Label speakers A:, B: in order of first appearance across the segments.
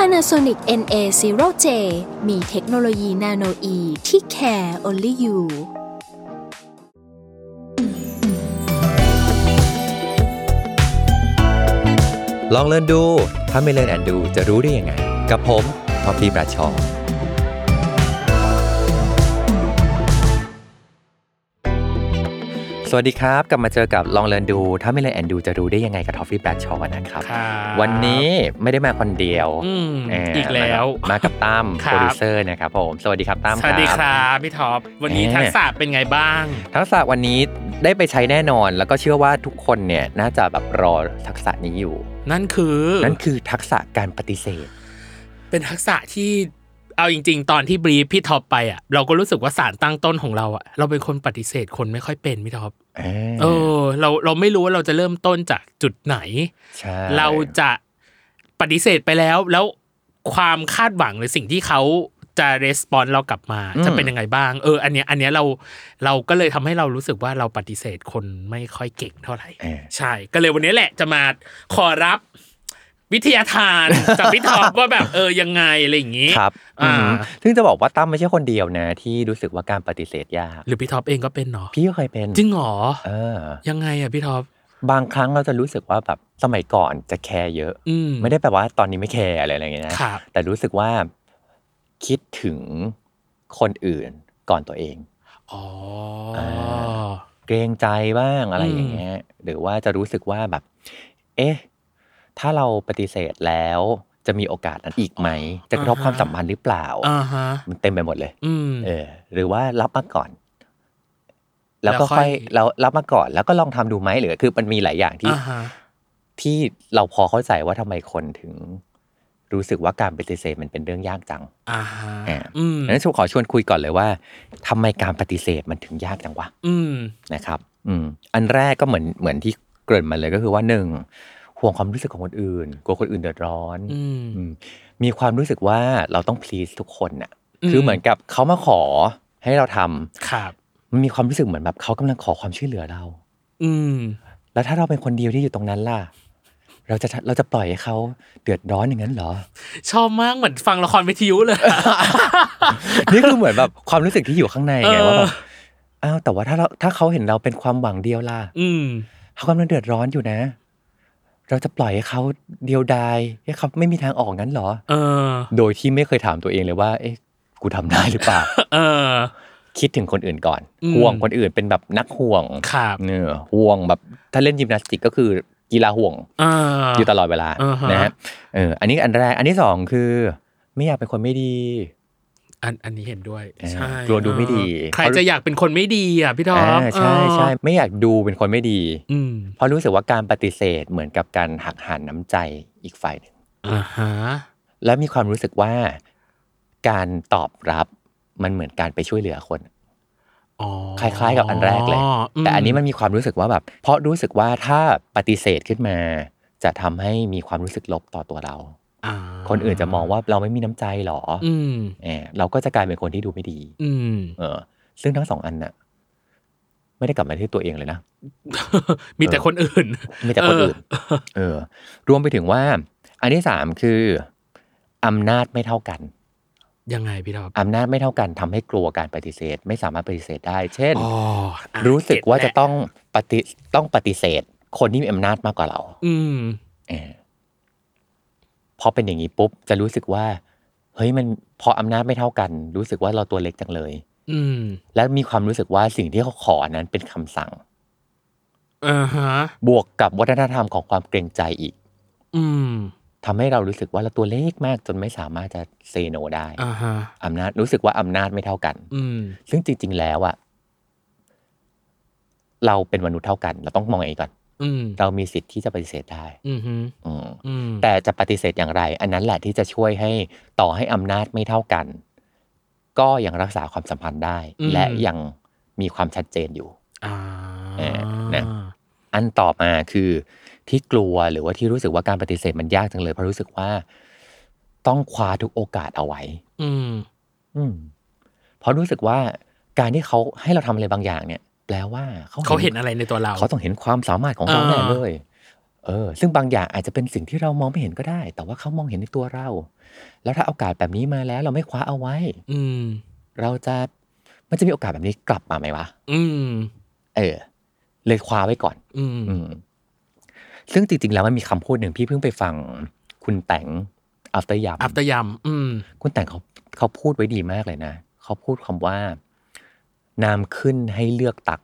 A: Panasonic NA0J มีเทคโนโลยีนาโนอีที่ care only you
B: ลองเรียนดู ถ้าไม่เรียนแอนดูจะรู้ได้ยังไง กับผมท็อฟฟี่ประชอสวัสดีครับ กลับมาเจอกับลองเรียนดู ถ้าไม่เรียนแอนดูจะรู้ได้ยังไงกับท็อฟฟี่แบชชอนะครับ
C: ครับ
B: วันนี้ไม่ได้มาคนเดียว
C: อืม
B: เ
C: อีกแล้ว
B: มากับมากับตั้ม
C: ครั
B: โป
C: บ
B: รดิวเซอร์นะครับผม สวัสดีครับตั้ม
C: สวัสดีค
B: บ
C: รับพี่ท็อป วันนี้
B: เอ๊ะ
C: ทักษะเป็นไงบ้าง
B: ทักษะวันนี้ได้ไปใช้แน่นอน แล้วก็เชื่อว่าทุกคนเนี่ยน่าจะแบบรอทักษะนี้อยู่
C: นั่นคือ
B: นั่นคือทักษะการปฏิเสธ
C: เป็นทักษะที่เอาจริง ๆ ตอนที่บรีฟพี่ท็อปไปอ่ะเราก็รู้สึกว่าสารตั้งต้นของเราอ่ะเราเป็นคนปฏิเสธคนไม่ค่อยเป็นพี่ท็อปเออ เราเราไม่รู้ว่าเราจะเริ่มต้นจากจุดไหน
B: ใช่
C: เราจะปฏิเสธไปแล้ว แล้วความคาดหวังหรือสิ่งที่เขาจะรีสปอนเรากลับมาจะเป็นยังไงบ้าง เออ อันเนี้ยอันเนี้ยเราเราก็เลยทำให้เรารู้สึกว่าเราปฏิเสธคนไม่ค่อยเก่งเท่าไหร่
B: เออ
C: ใช่ ก็เลยวันนี้แหละจะมาขอรับวิทยาทาน จากพี่ท็อปว่าแบบเออยังไงอะไรอย่างนี้
B: ครับ
C: อ่า
B: อืมซึ่งจะบอกว่าตั้มไม่ใช่คนเดียวนะ ที่รู้สึกว่าการปฏิเสธยาก
C: หรือพี่ท็อปเองก็เป็นเนาะ
B: พี่ก็เคยเป็น
C: จริงเหรอ
B: เออ
C: ยังไงอะพี่ท็อป
B: บางครั้งเราจะรู้สึกว่าแบบสมัยก่อนจะแคร์เยอะ
C: อืม
B: ไม่ได้แปลว่าตอนนี้ไม่แคร์อะไรอะไรอย่างเงี้ยนะ
C: ครับ
B: แต่รู้สึกว่าคิดถึงคนอื่นก่อนตัวเอง
C: อ๋อ
B: เกรงใจบ้างอะไรอย่างเงี้ย หรือว่าจะรู้สึกว่าแบบ เอ๊ะ ถ้าเราปฏิเสธแล้วจะมีโอกาสนั้นอีกไหม จะกระทบ
C: อ่าฮะ
B: ความสัมพันธ์หรือเปล่า
C: อ่าฮะ
B: มันเต็มไปหมดเลย
C: อืม
B: เออหรือว่ารับมาก่อน แล้วก็
C: แล้วค่อย
B: ค่อยเรารับมาก่อน แล้วก็ลองทำดูไหมหรือ คือมันมีหลายอย่างที่
C: อ่าฮะ
B: ที่เราพอเข้าใจว่าทำไมคนถึง รู้สึกว่าการปฏิเสธมันเป็นเรื่องยากจัง
C: อ่าฮะ
B: อ่า
C: อืม
B: ดังนั้นชูขอชวนคุยก่อนเลยว่าทำไมการปฏิเสธมันถึงยากจังวะ
C: อืม
B: นะครับ อืมอันแรกก็เหมือนเหมือนที่เกริ่นมาเลยก็คือว่าหนึ่งห่วงความรู้สึกของคนอื่นกลัวคนอื่นเดือดร้อน
C: อืม
B: อืมมีความรู้สึกว่าเราต้อง please ทุกคนน่ะ
C: อืม
B: คือเหมือนกับเขามาขอให้เราทำ
C: ครับ
B: มันมีความรู้สึกเหมือนแบบเขากำลังขอความช่วยเหลือเรา
C: อืม
B: แล้วถ้าเราเป็นคนเดียวที่อยู่ตรงนั้นล่ะ เราจะเราจะปล่อยให้เขาเดือดร้อนอย่างนั้นเหรอ
C: ชอบมากเหมือนฟังละครวิทยุเลย
B: นี่คือเหมือนแบบความรู้สึกที่อยู่ข้างในไง
C: เออ
B: ว่าแบบอ้าวแต่ว่าถ้าเราถ้าเขาเห็นเราเป็นความหวังเดียวล่ะ
C: อืม
B: เขากำลังเดือดร้อนอยู่นะ เราจะปล่อยให้เขาเดียวดายให้เขาไม่มีทางออกงั้นเหรอ
C: เออ
B: โดยที่ไม่เคยถามตัวเองเลยว่า เอ๊ะ กูทำได้หรือเปล่า
C: เออ
B: คิดถึงคนอื่นก่อน
C: อืม
B: ห่วงคนอื่นเป็นแบบนักห่วง
C: ครับ
B: เนอห่วงแบบถ้าเล่นยิมนาสติกก็คือกีฬาห่วง
C: เออ
B: อ
C: อ
B: ยู่ตลอดเวลา
C: อ่าฮะ
B: นะฮะเอออันนี้อันแรกอันที่สองคือ ไม่อยากเป็นคนไม่ดี
C: อันอันนี้เห็นด้วย
B: เออ
C: ใช่
B: กลัวดูไม่ดี
C: เออใครจะอยากเป็นคนไม่ดีอ่ะพี่ท็อ
B: อ่า
C: ป
B: ใช่
C: เออ
B: ใช่ไม่อยากดูเป็นคนไม่ดี
C: อืม
B: เพราะรู้สึกว่าการปฏิเสธเหมือนกับการหักหันน้ำใจอีกฝ่ายหนึ่ง
C: อ่าฮะ
B: และมีความรู้สึกว่าการตอบรับมันเหมือนการไปช่วยเหลือคน
C: อ๋อ
B: คล้าย ๆ กับอันแรกเลย
C: ม
B: แต่อันนี้มันมีความรู้สึกว่าแบบ เพราะรู้สึกว่าถ้าปฏิเสธขึ้นมา จะทำให้มีความรู้สึกลบต่อตัวเรา
C: อ่า
B: คนอื่นจะมองว่าเราไม่มีน้ำใจหรออ
C: อืม
B: เออเราก็จะกลายเป็นคนที่ดูไม่ดี
C: อืม
B: เออซึ่งทั้งสองอันน่ะ ไม่ได้กลับมาที่ตัวเอง เลยนะ
C: มีแต่คนอื่น
B: มีแต่คนอื่น เออ รวมไปถึงว่า อันที่สามคืออำนาจไม่เท่ากัน
C: ยังไงพี่ท็อป
B: อำนาจไม่เท่ากันทำให้กลัวการปฏิเสธ ไม่สามารถปฏิเสธได้ เช่น
C: อ๋ออ่ะ
B: รู้สึกว่าจะ
C: เแหล
B: ต้องปฏิต้องปฏิเสธ คนที่มีอำนาจมากกว่าเรา
C: อืม
B: เออพอเป็นอย่างนี้ปุ๊บจะรู้สึกว่า เฮ้ยมันพออำนาจไม่เท่ากัน รู้สึกว่าเราตัวเล็กจังเลย
C: อืม
B: และมีความรู้สึกว่าสิ่งที่เขาขอนั้นเป็นคำสั่ง
C: อ่าฮะ
B: บวกกับวัฒนธรรมของความเกรงใจอีก
C: อืม
B: ทำให้เรารู้สึกว่าเราตัวเล็กมากจนไม่สามารถจะเซโนได้
C: อ่าฮะ
B: อำนาจรู้สึกว่าอำนาจไม่เท่ากัน
C: อืม
B: ซึ่งจริง ๆ แล้วอะเราเป็นมนุษย์เท่ากัน เราต้องมองอย่างนี้ก่อน
C: อืม
B: เรามีสิทธิ์ที่จะปฏิเสธได้
C: อืมฮึ
B: อืม
C: อืม
B: แต่จะปฏิเสธอย่างไร อันนั้นแหละที่จะช่วยให้ต่อให้อำนาจไม่เท่ากัน ก็ยังรักษาความสัมพันธ์ได้ และยังมีความชัดเจนอยู่
C: อ่า
B: เออนะ อันต่อมาคือที่กลัวหรือว่าที่รู้สึกว่าการปฏิเสธมันยากจังเลยเพราะรู้สึกว่า ต้องคว้าทุกโอกาสเอาไว้
C: อืม
B: อืมเพราะรู้สึกว่าการที่เขาให้เราทำอะไรบางอย่างเนี่ย แปลว่าเขา
C: เขาเห็นอะไรในตัวเรา
B: เขาต้องเห็นความสามารถของเรา
C: อ่า
B: แน่เลย เออ ซึ่งบางอย่างอาจจะเป็นสิ่งที่เรามองไม่เห็นก็ได้ แต่ว่าเขามองเห็นในตัวเรา แล้วถ้าโอกาสแบบนี้มาแล้ว เราไม่คว้าเอาไว้
C: อืม
B: เราจะมันจะมีโอกาสแบบนี้กลับมาไหมวะ
C: อืม
B: เออ เลยคว้าไว้ก่อน
C: อืม
B: อืมซึ่งจริง ๆ แล้วมันมีคำพูดหนึ่งพี่เพิ่งไปฟังคุณแต่ง after ยาม
C: อัปตยำอืม
B: คุณแต่งเขาเขาพูดไว้ดีมากเลยนะ เขาพูดคำว่า น้ำขึ้นให้เลือกตัก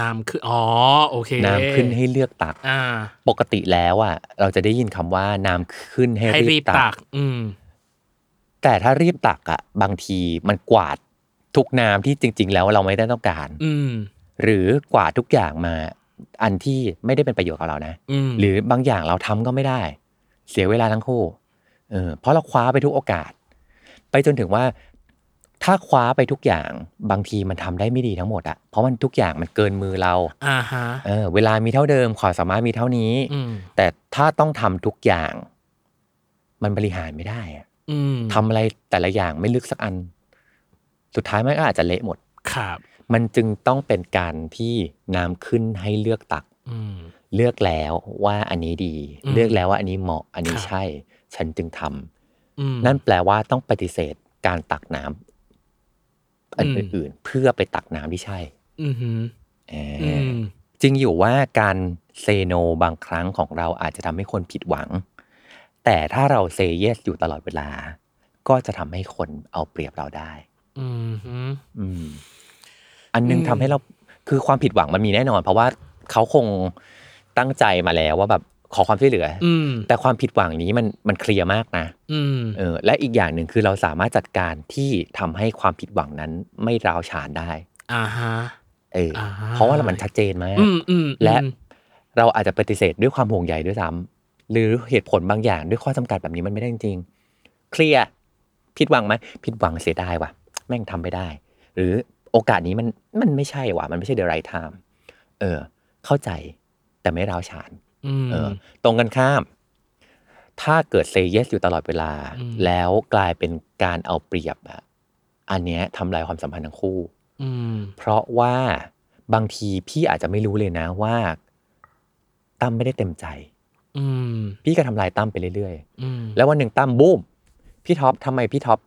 C: น้ำขึ้นอ๋อ โอเค
B: น้ำขึ้นให้เลือกตัก
C: อ่า
B: ปกติแล้วอ่ะ เราจะได้ยินคำว่า น้ำขึ้นให้
C: ให้รี
B: รี
C: บบ ตั
B: ตั
C: ก
B: ก
C: อืม
B: แต่ถ้ารีบตักอ่ะ บางทีมันกวาดทุกน้ำที่จริง ๆ แล้วเราไม่ได้ต้องการ
C: อืม
B: หรือกวาดทุกอย่างมา อันที่ไม่ได้เป็นประโยชน์กับเรานะ
C: อืม
B: หรือบางอย่างเราทำก็ไม่ได้ เสียเวลาทั้งคู่เออเพราะเราคว้าไปทุกโอกาส ไปจนถึงว่า ถ้าคว้าไปทุกอย่าง บางทีมันทำได้ไม่ดีทั้งหมดอะเพราะมันทุกอย่างมันเกินมือเรา
C: อ่าฮะ
B: เออเวลามีเท่าเดิมความสามารถมีเท่านี้
C: อืม
B: แต่ถ้าต้องทำทุกอย่าง มันบริหารไม่ได้อะ
C: อืม
B: ทำอะไรแต่ละอย่างไม่ลึกสักอัน สุดท้ายมันก็อาจจะเละหมด
C: ครับ
B: มันจึงต้องเป็นการที่น้ำขึ้นให้เลือกตัก
C: อืม
B: เลือกแล้วว่าอันนี้ดี
C: อืม
B: เลือกแล้วว่าอันนี้เหมาะอันนี้
C: ครับ
B: ใช่ ฉันจึงทำ
C: อืม
B: นั่นแปลว่าต้องปฏิเสธการตักน้ำอัน
C: อืม
B: อื่นๆ เพื่อไปตักน้ำที่ใช่
C: อืมฮึ
B: เอออ
C: อืม
B: จริงอยู่ว่าการเซโนบางครั้งของเราอาจจะทำให้คนผิดหวัง แต่ถ้าเราเซเยสอยู่ตลอดเวลา ก็จะทำให้คนเอาเปรียบเราได้
C: อืมฮึ
B: อืม อันนึงทำให้เราคือความผิดหวังมันมีแน่นอน เพราะว่าเขาคงตั้งใจมาแล้วว่าแบบขอความช่วยเหลืออ
C: อืม
B: แต่ความผิดหวังนี้มันมันเคลียร์มากนะ
C: อืม
B: เออและอีกอย่างหนึ่งคือเราสามารถจัดการที่ทำให้ความผิดหวังนั้นไม่ร้าวฉานได้
C: อ่าฮะ
B: เออ
C: อ่า
B: เพราะว่ามันชัดเจนมาก
C: อืมอืม
B: และ
C: อืม
B: เราอาจจะปฏิเสธด้วยความห่วงใยด้วยซ้ำหรือเหตุผลบางอย่างด้วยข้อจำกัดแบบนี้มันไม่ได้จริงๆเคลียร์ผิดหวังไหมผิดหวังเสียดายว่ะ แม่งทำไม่ได้ หรือโอกาสนี้มันมันไม่ใช่ว่ะ มันไม่ใช่เด e right time เออ เข้าใจแต่ไม่ร้าวฉาน
C: อืม
B: เออตรงกันข้าม ถ้าเกิดเซเยสอยู่ตลอดเวลา
C: อืม
B: แล้วกลายเป็นการเอาเปรียบอะอันเนี้ยทำลายความสัมพันธ์ทั้งคู่
C: อืม
B: เพราะว่าบางทีพี่อาจจะไม่รู้เลยนะว่าตั้มไม่ได้เต็มใจ
C: อืม
B: พี่ก็ทำลายตั้มไปเรื่อย
C: อืม
B: ๆ แล้ววันหนึ่งตั้มบูมพี่ท็อปทำไมพี่ท็อป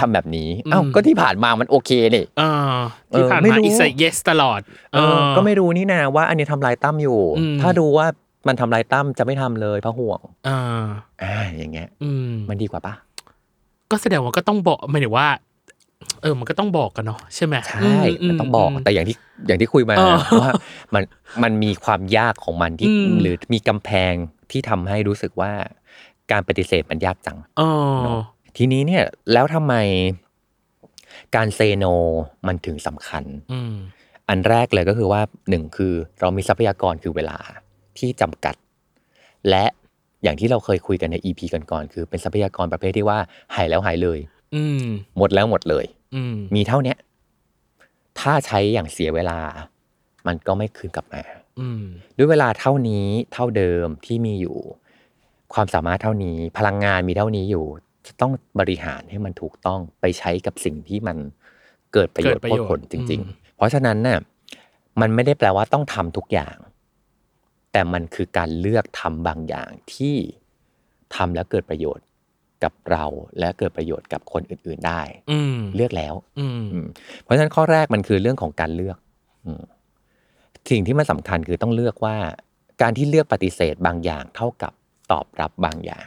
B: ทำแบบนี้เอ้า
C: อืม
B: ก็ที่ผ่านมามันโอเคนี่
C: เออที่ผ่าน
B: เออไม่
C: มา
B: รู้
C: อิสเยสตลอด
B: เออก็ไม่รู้นี่นะว่าอันนี้ทำลายตั้มอยู่
C: อืม
B: ถ้าดูว่ามันทำลายตั้มจะไม่ทำเลยเพราะห่วง
C: เออ
B: อ่าอย่างเงี้ย
C: อืม
B: มันดีกว่าปะ
C: ก็แสดงว่าก็ต้องบอกไม่ได้ว่า เออ มันก็ต้องบอกกันเนาะใช่ไหม
B: ใช่ มันต้องบอก แต่
C: แต่
B: อย่างที่อย่างที่คุยมา
C: เออ
B: ว่ามันมันมีความยากของมันที่
C: อืม
B: หรือมีกำแพงที่ทำให้รู้สึกว่า การปฏิเสธมันยากจัง
C: เออ
B: เนอะ ทีนี้เนี่ยแล้วทำไมการเซโนมันถึงสำคัญ
C: อืม
B: อันแรกเลยก็คือว่าหนึ่งคือเรามีทรัพยากรคือเวลาที่จำกัด และอย่างที่เราเคยคุยกันใน EP ก่อนๆคือเป็นทรัพยากรประเภทที่ว่าหายแล้วหายเลย
C: อืม
B: หมดแล้วหมดเลย
C: อืม
B: มีเท่าเนี้ย ถ้าใช้อย่างเสียเวลา มันก็ไม่คืนกลับมา
C: อืม
B: ด้วยเวลาเท่านี้เท่าเดิมที่มีอยู่ ความสามารถเท่านี้พลังงานมีเท่านี้อยู่ จะต้องบริหารให้มันถูกต้องไปใช้กับสิ่งที่มันเกิดประโยชน์
C: เกิดประ
B: โคต
C: โยช
B: ร
C: น์
B: ผลจริง
C: อืม
B: ๆ เพราะฉะนั้นน่ะมันไม่ได้แปลว่าต้องทำทุกอย่าง แต่มันคือการเลือกทำบางอย่างที่ทำแล้วเกิดประโยชน์กับเราและเกิดประโยชน์กับคนอื่น ๆได้
C: อืม
B: เลือกแล้ว
C: อืม
B: อืมเพราะฉะนั้นข้อแรกมันคือเรื่องของการเลือกอมสิ่งที่มันสำคัญคือต้องเลือกว่า การที่เลือกปฏิเสธบางอย่างเท่ากับตอบรับบางอย่าง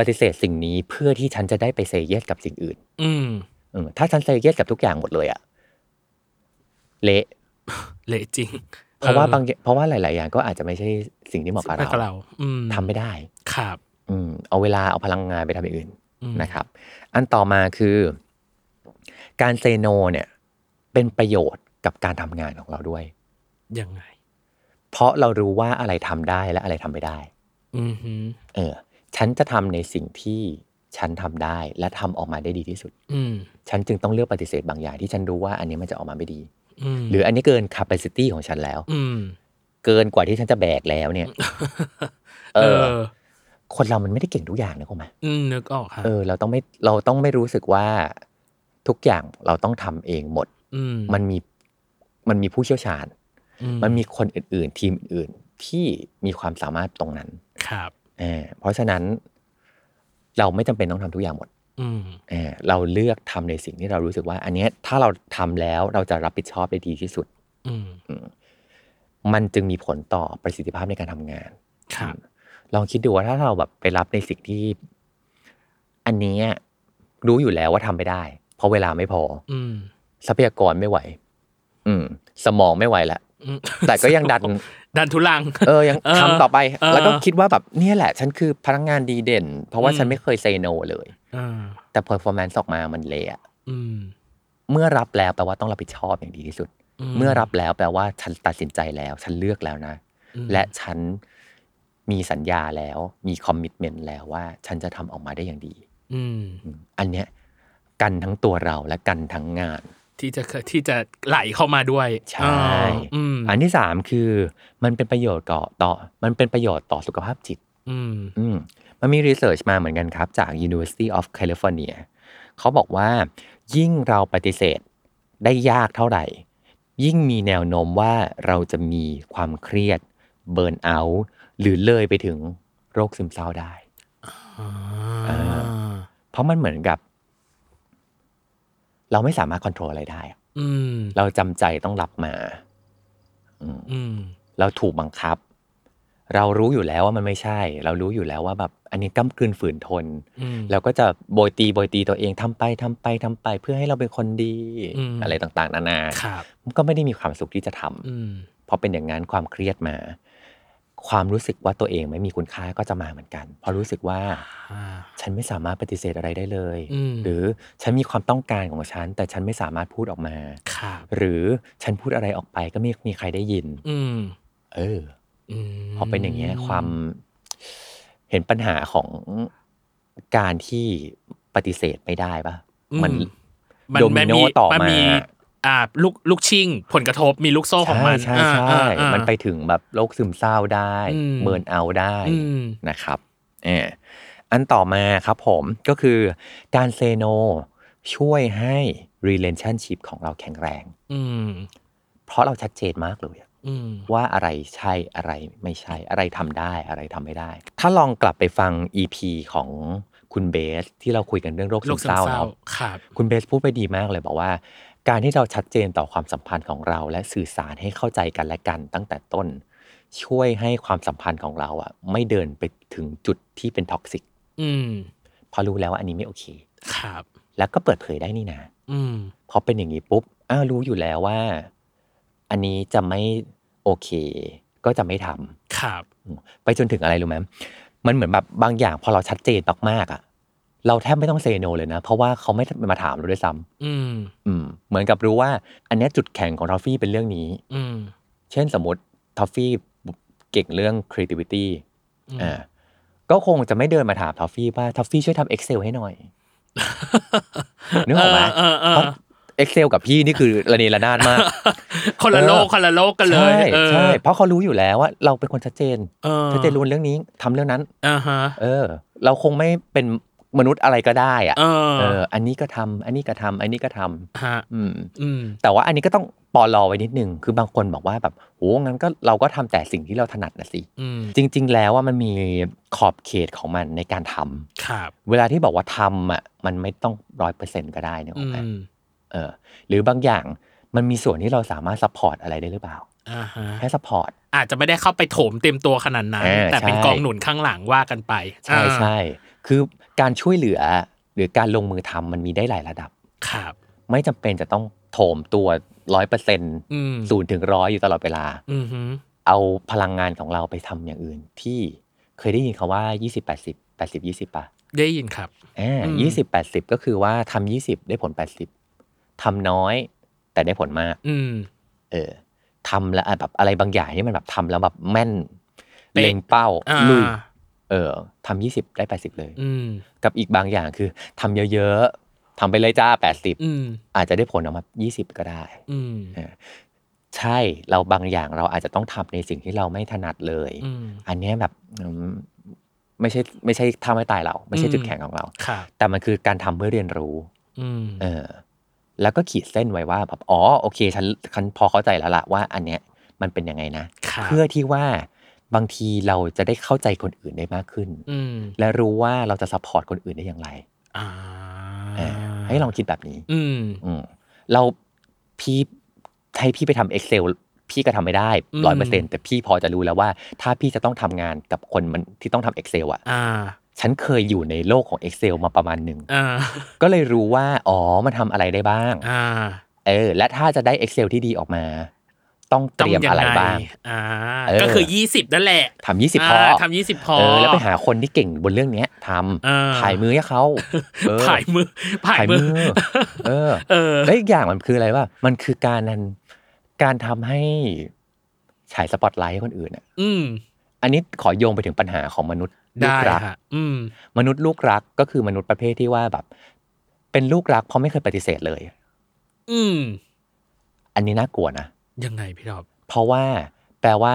B: ปฏิเสธสิ่งนี้เพื่อที่ฉันจะได้ไปเซเยสกับสิ่งอื่น
C: อืม
B: อมถ้าฉันเซเยสกับทุกอย่างหมดเลยอะเละ
C: เละจริง
B: เพราะ
C: ออบ
B: ว่าางเพราะว่าหลาย ๆ อย่างก็อาจจะไม่ใช่สิ่งที่เหมาะกับ
C: ไม่กับ
B: เรา
C: เรา อืม
B: ทำไม่ได้
C: ครับ
B: อืมเอาเวลาเอาพลังงานไปทำอย่างอื่น
C: อืม
B: นะครับ อันต่อมาคือ การเซโนเนี่ย เป็นประโยชน์กับการทำงานของเราด้วย
C: ยังไง
B: เพราะเรารู้ว่าอะไรทำได้และอะไรทำไม่ได้
C: อืมฮึ
B: เออ ฉันจะทำในสิ่งที่ฉันทำได้และทำออกมาได้ดีที่สุด
C: อืม
B: ฉันจึงต้องเลือกปฏิเสธบางอย่างที่ฉันรู้ว่าอันนี้มันจะออกมาไม่ดี
C: อืม
B: หรืออันนี้เกิน capacity ของฉันแล้ว
C: อืม
B: เกินกว่าที่ฉันจะแบกแล้ว เนี่ย
C: เอ
B: เออ
C: อ
B: คนเรามันไม่ได้เก่งทุกอย่างนะคุณไหม
C: อืมนึกออกค่ะ
B: เออ เราต้องไม่ เราต้องไม่รู้สึกว่าทุกอย่างเราต้องทำเองหมด
C: อืม
B: มันมี มันมีผู้เชี่ยวชาญ
C: อื
B: มันมีคนอื่น ๆ ทีมอื่นๆที่มีความสามารถตรงนั้น
C: ครับ
B: เออเพราะฉะนั้น เราไม่จำเป็นต้องทำทุกอย่างหมด
C: อืม
B: เออเราเลือกทำในสิ่งที่เรารู้สึกว่า อันเนี้ยถ้าเราทำแล้วเราจะรับผิดชอบได้ดีที่สุด
C: อืม
B: มันจึงมีผลต่อประสิทธิภาพในการทำงาน
C: ครับ
B: ลองคิดดูว่าถ้าเราแบบไปรับในสิ่งที่ อันเนี้ยรู้อยู่แล้วว่าทำไม่ได้ เพราะเวลาไม่พอ
C: อืม
B: ทรัพยากรไม่ไหว อืม สมองไม่ไหวละ
C: อืม
B: แต่ก็ยังดัน
C: ดันทุลัง
B: เออยัง
C: เออ
B: ทำต่อไป
C: เออ
B: แล้วก็คิดว่าแบบเนี่ยแหละ ฉันคือพนักงานดีเด่น เพราะว่าฉันไม่เคยเซโนเลย
C: อ่า
B: แต่ performance ออกมามันเละอะ
C: อืม
B: เมื่อรับแล้วแปลว่าต้องรับผิดชอบอย่างดีที่สุด เมื่อรับแล้วแปลว่าฉันตัดสินใจแล้ว ฉันเลือกแล้วนะ
C: อืม
B: และฉันมีสัญญาแล้ว มีคอมมิชเมนต์แล้วว่าฉันจะทำออกมาได้อย่างดี
C: อืม
B: อืมอันเนี้ยกันทั้งตัวเราและกันทั้งงาน
C: ที่จะเคที่จะไหลเข้ามาด้วย
B: ใช่
C: อ่าอืม
B: อันที่สามคือ มันเป็นประโยชน์ต่อต่อ มันเป็นประโยชน์ต่อสุขภาพจิต
C: อืม
B: อืมมันมีรีเสิร์ชมาเหมือนกันครับ จาก University of California เขาบอกว่า ยิ่งเราปฏิเสธได้ยากเท่าไหร่ ยิ่งมีแนวโน้มว่าเราจะมีความเครียด เบิร์นเอาท์หรือเลยไปถึงโรคซึมเศร้าได้
C: อ่า
B: เพราะมันเหมือนกับ เราไม่สามารถควบคุมอะไรได้อะ
C: อืม
B: เราจำใจต้องรับมา
C: อืม
B: เราถูกบังคับ เรารู้อยู่แล้วว่ามันไม่ใช่ เรารู้อยู่แล้วว่าแบบ อันนี้ก้ากลืนฝืนทน
C: อืม
B: เราก็จะโบยตีโบยตีตัวเองทำไปทำไปทำไป เพื่อให้เราเป็นคนดี
C: อืม
B: อะไรต่างๆ นานา
C: ครับ
B: มันก็ไม่ได้มีความสุขที่จะทำ
C: อืม
B: พอเป็นอย่างนั้นความเครียดมา ความรู้สึกว่าตัวเองไม่มีคุณค่าก็จะมาเหมือนกันเพราะรู้สึกว่า
C: อ่า
B: ฉันไม่สามารถปฏิเสธอะไรได้เลย
C: อืม
B: หรือฉันมีความต้องการของฉัน แต่ฉันไม่สามารถพูดออกมา
C: ครับ
B: หรือฉันพูดอะไรออกไปก็ไม่มีใครได้ยิน
C: อืม
B: เออ
C: อืม
B: พอเป็นอย่างเงี้ยความเห็นปัญหาของการที่ปฏิเสธไม่ได้ปะมัน
C: มัน
B: โดมิโนต่อมามั
C: นมีอ่าลูกลูกชิงผลกระทบมีลูกโซ่ของมัน
B: ใช่
C: อ่า
B: ใช่
C: อ่า
B: ใช่
C: อ่า
B: มันไปถึงแบบโรคซึมเศร้าได้
C: อืม
B: เมิร์นเอาท์ได้
C: อืม
B: นะครับเอออันต่อมาครับผมก็คือการเซโนช่วยให้ relationship ของเราแข็งแรง
C: อืม
B: เพราะเราชัดเจนมากเลยอะ
C: อืม
B: ว่าอะไรใช่อะไรไม่ใช่อะไรทำได้อะไรทำไม่ได้ ถ้าลองกลับไปฟัง EP ของคุณเบส ที่เราคุยกันเรื่องโรค
C: โร
B: ซึ
C: ค
B: ม
C: ซึ
B: เศ
C: ม
B: ร้า
C: เศร้า
B: เนาะ
C: ครับ
B: คุณเบสพูดไปดีมากเลยบอกว่า การที่เราชัดเจนต่อความสัมพันธ์ของเรา และสื่อสารให้เข้าใจกันและกันตั้งแต่ต้น ช่วยให้ความสัมพันธ์ของเราอะไม่เดินไปถึงจุดที่เป็นท็อกซิก
C: อืม
B: เพราะรู้แล้วว่าอันนี้ไม่โอเค
C: ครับ
B: แล้วก็เปิดเผยได้นี่นะ
C: อืม
B: พอเป็นอย่างนี้ปุ๊บอ้าวรู้อยู่แล้วว่า อันนี้จะไม่โอเค ก็จะไม่ทำ
C: ครับ
B: อืมไปจนถึงอะไรรู้ไหมมันเหมือนแบบบางอย่างพอเราชัดเจนมากๆอะเราแทบไม่ต้องเซโนเลยนะ เพราะว่าเขาไม่มาถามเราด้วยซ้ำ
C: อืม
B: อืมเหมือนกับรู้ว่า อันเนี้ยจุดแข็งของทอฟฟี่เป็นเรื่องนี้
C: อืม
B: เช่นสมมติทอฟฟี่เก่งเรื่อง creativity
C: อืม
B: อ่าก็คงจะไม่เดินมาถามทอฟฟี่ว่าทอฟฟี่ช่วยทำ Excel ให้ห น่อย นึกออกไหม
C: เออเอ
B: เพ
C: อ
B: ราะ Excel กับพี่นี่คือระเนระนาดมาก
C: คนละโลก
B: เออ
C: คนละโล กกันเลย
B: ใช่
C: เออ
B: ใช่เพราะเขารู้อยู่แล้วว่า เราเป็นคนชัดเจน
C: เออ
B: ชัดเจนรู้เรื่องนี้ทำเรื่องนั้น
C: อ่าฮะ
B: เออ เราคงไม่เป็นมนุษย์อะไรก็ได้อะ
C: เออ
B: เออ อันนี้ก็ทำอันนี้ก็ทำอันนี้ก็ทำ
C: ฮะ
B: อืม
C: อืม
B: แต่ว่าอันนี้ก็ต้องปอลอไว้นิดนึง คือบางคนบอกว่าแบบโหงั้นก็เราก็ทำแต่สิ่งที่เราถนัดนะสิ
C: อืม
B: จริง ๆ แล้วว่ามันมีขอบเขตของมันในการทำ
C: ครับ
B: เวลาที่บอกว่าทำอ่ะ มันไม่ต้องร้อยเปอร์เซ็นต์ก็ได้นะ
C: อื
B: ครับ
C: ม
B: เออ หรือบางอย่างมันมีส่วนที่เราสามารถซัพพอร์ตอะไรได้หรือเปล่า
C: อ่าฮะ
B: แค่ซัพพอร์ต
C: อาจจะไม่ได้เข้าไปโถมเต็มตัวขนาดนั้น
B: เออ
C: แต่เป็น
B: ใช่
C: กองหนุนข้างหลังว่ากันไป
B: ใช่
C: อ่า
B: ใช่ คือการช่วยเหลือ หรือการลงมือทำมันมีได้หลายระดับ
C: ครับ
B: ไม่จำเป็นจะต้องโถมตัวร้อยเปอร์เซ็นต์
C: อืม
B: ศูนย์ถึงร้อยอยู่ตลอดเวลา
C: อือฮึ
B: เอาพลังงานของเราไปทำอย่างอื่นที่เคยได้ยินคาว่า 20 80 80 20 ป่ะ
C: ได้ยินครับ
B: อ่า
C: อืม
B: 20 80 ก็คือว่าทำ20 ได้ผล 80ทำน้อย แต่ได้ผลมาก
C: อืม
B: เออ ทำแล้วแบบอะไรบางอย่างที่มันแบบทำแล้วแบบแม่น
C: เป๊ะ
B: เล็งเป้า
C: อ่า
B: ลุยเออทำยี่สิบได้แปดสิบเลย
C: อืม
B: กับอีกบางอย่างคือทำเยอะๆทำไปเลยจ้าแปดสิบ
C: อืม
B: อาจจะได้ผลออกมายี่สิบก็ได้
C: อืม
B: ใช่เราบางอย่างเราอาจจะต้องทำในสิ่งที่เราไม่ถนัดเลย
C: อืม
B: อันเนี้ยแบบอืมไม่ใช่ไม่ใช่ท่าไม่ตายเรา ไม่ใช่จุดแข็งของเรา
C: ครับ
B: แต่มันคือการทำเพื่อเรียนรู้
C: อืม
B: เออ แล้วก็ขีดเส้นไว้ว่าแบบอ๋อโอเคฉันฉันพอเข้าใจแล้วละว่า อันเนี้ยมันเป็นยังไงนะ
C: ครับ
B: เพื่อที่ว่าบางทีเราจะได้เข้าใจคนอื่นได้มากขึ้น
C: อืม
B: และรู้ว่าเราจะซัพพอร์ตคนอื่นได้อย่างไร
C: อ่า
B: เออให้ลองคิดแบบนี้
C: อืม
B: อืมเราพี่ให้พี่ไปทำ Excel พี่ก็ทำไม่ได้
C: อืม
B: ร้อยเปอร์เซ็นแต่พี่พอจะรู้แล้วว่า ถ้าพี่จะต้องทำงานกับคนมันที่ต้องทำ Excel อ่ะ
C: อ่า
B: ฉันเคยอยู่ในโลกของ Excel มาประมาณหนึ่ง
C: อ่า
B: ก็เลยรู้ว่า อ๋อ มันทำอะไรได้บ้าง
C: อ่า
B: เออ และถ้าจะได้ Excel ที่ดีออกมา ต้องเต
C: ต้ง
B: รียม
C: ยั
B: อะไรบ้าง
C: อ่า
B: เออ
C: ก็คือยี่สิบนั่นแหละ
B: ทำยี่สิบพอา
C: ทำยี่สิบพอ
B: เออ แล้วไปหาคนที่เก่งบนเรื่องเนี้ยท
C: เออ
B: ำถ่ายมือให้เขาเออ
C: ถ่ายมือถ่ายมือ
B: เออ
C: เออ
B: แล้วอีกอย่างมันคืออะไรว่ามันคือการนั้นการทำให้ฉายสปอตไลท์ให้คนอื่นอะ
C: อืม
B: อันนี้ขอโยงไปถึงปัญหาของมนุษย์ลู
C: ได้
B: กรัก
C: ฮะอืม
B: มนุษย์ลูกรักก็คือมนุษย์ประเภทที่ว่าแบบ เป็นลูกรักเพราะไม่เคยปฏิเสธเลย
C: อืม
B: อันนี้น่ากลัวนะ
C: ยังไงพี่ดอบ
B: เพราะว่าแปลว่า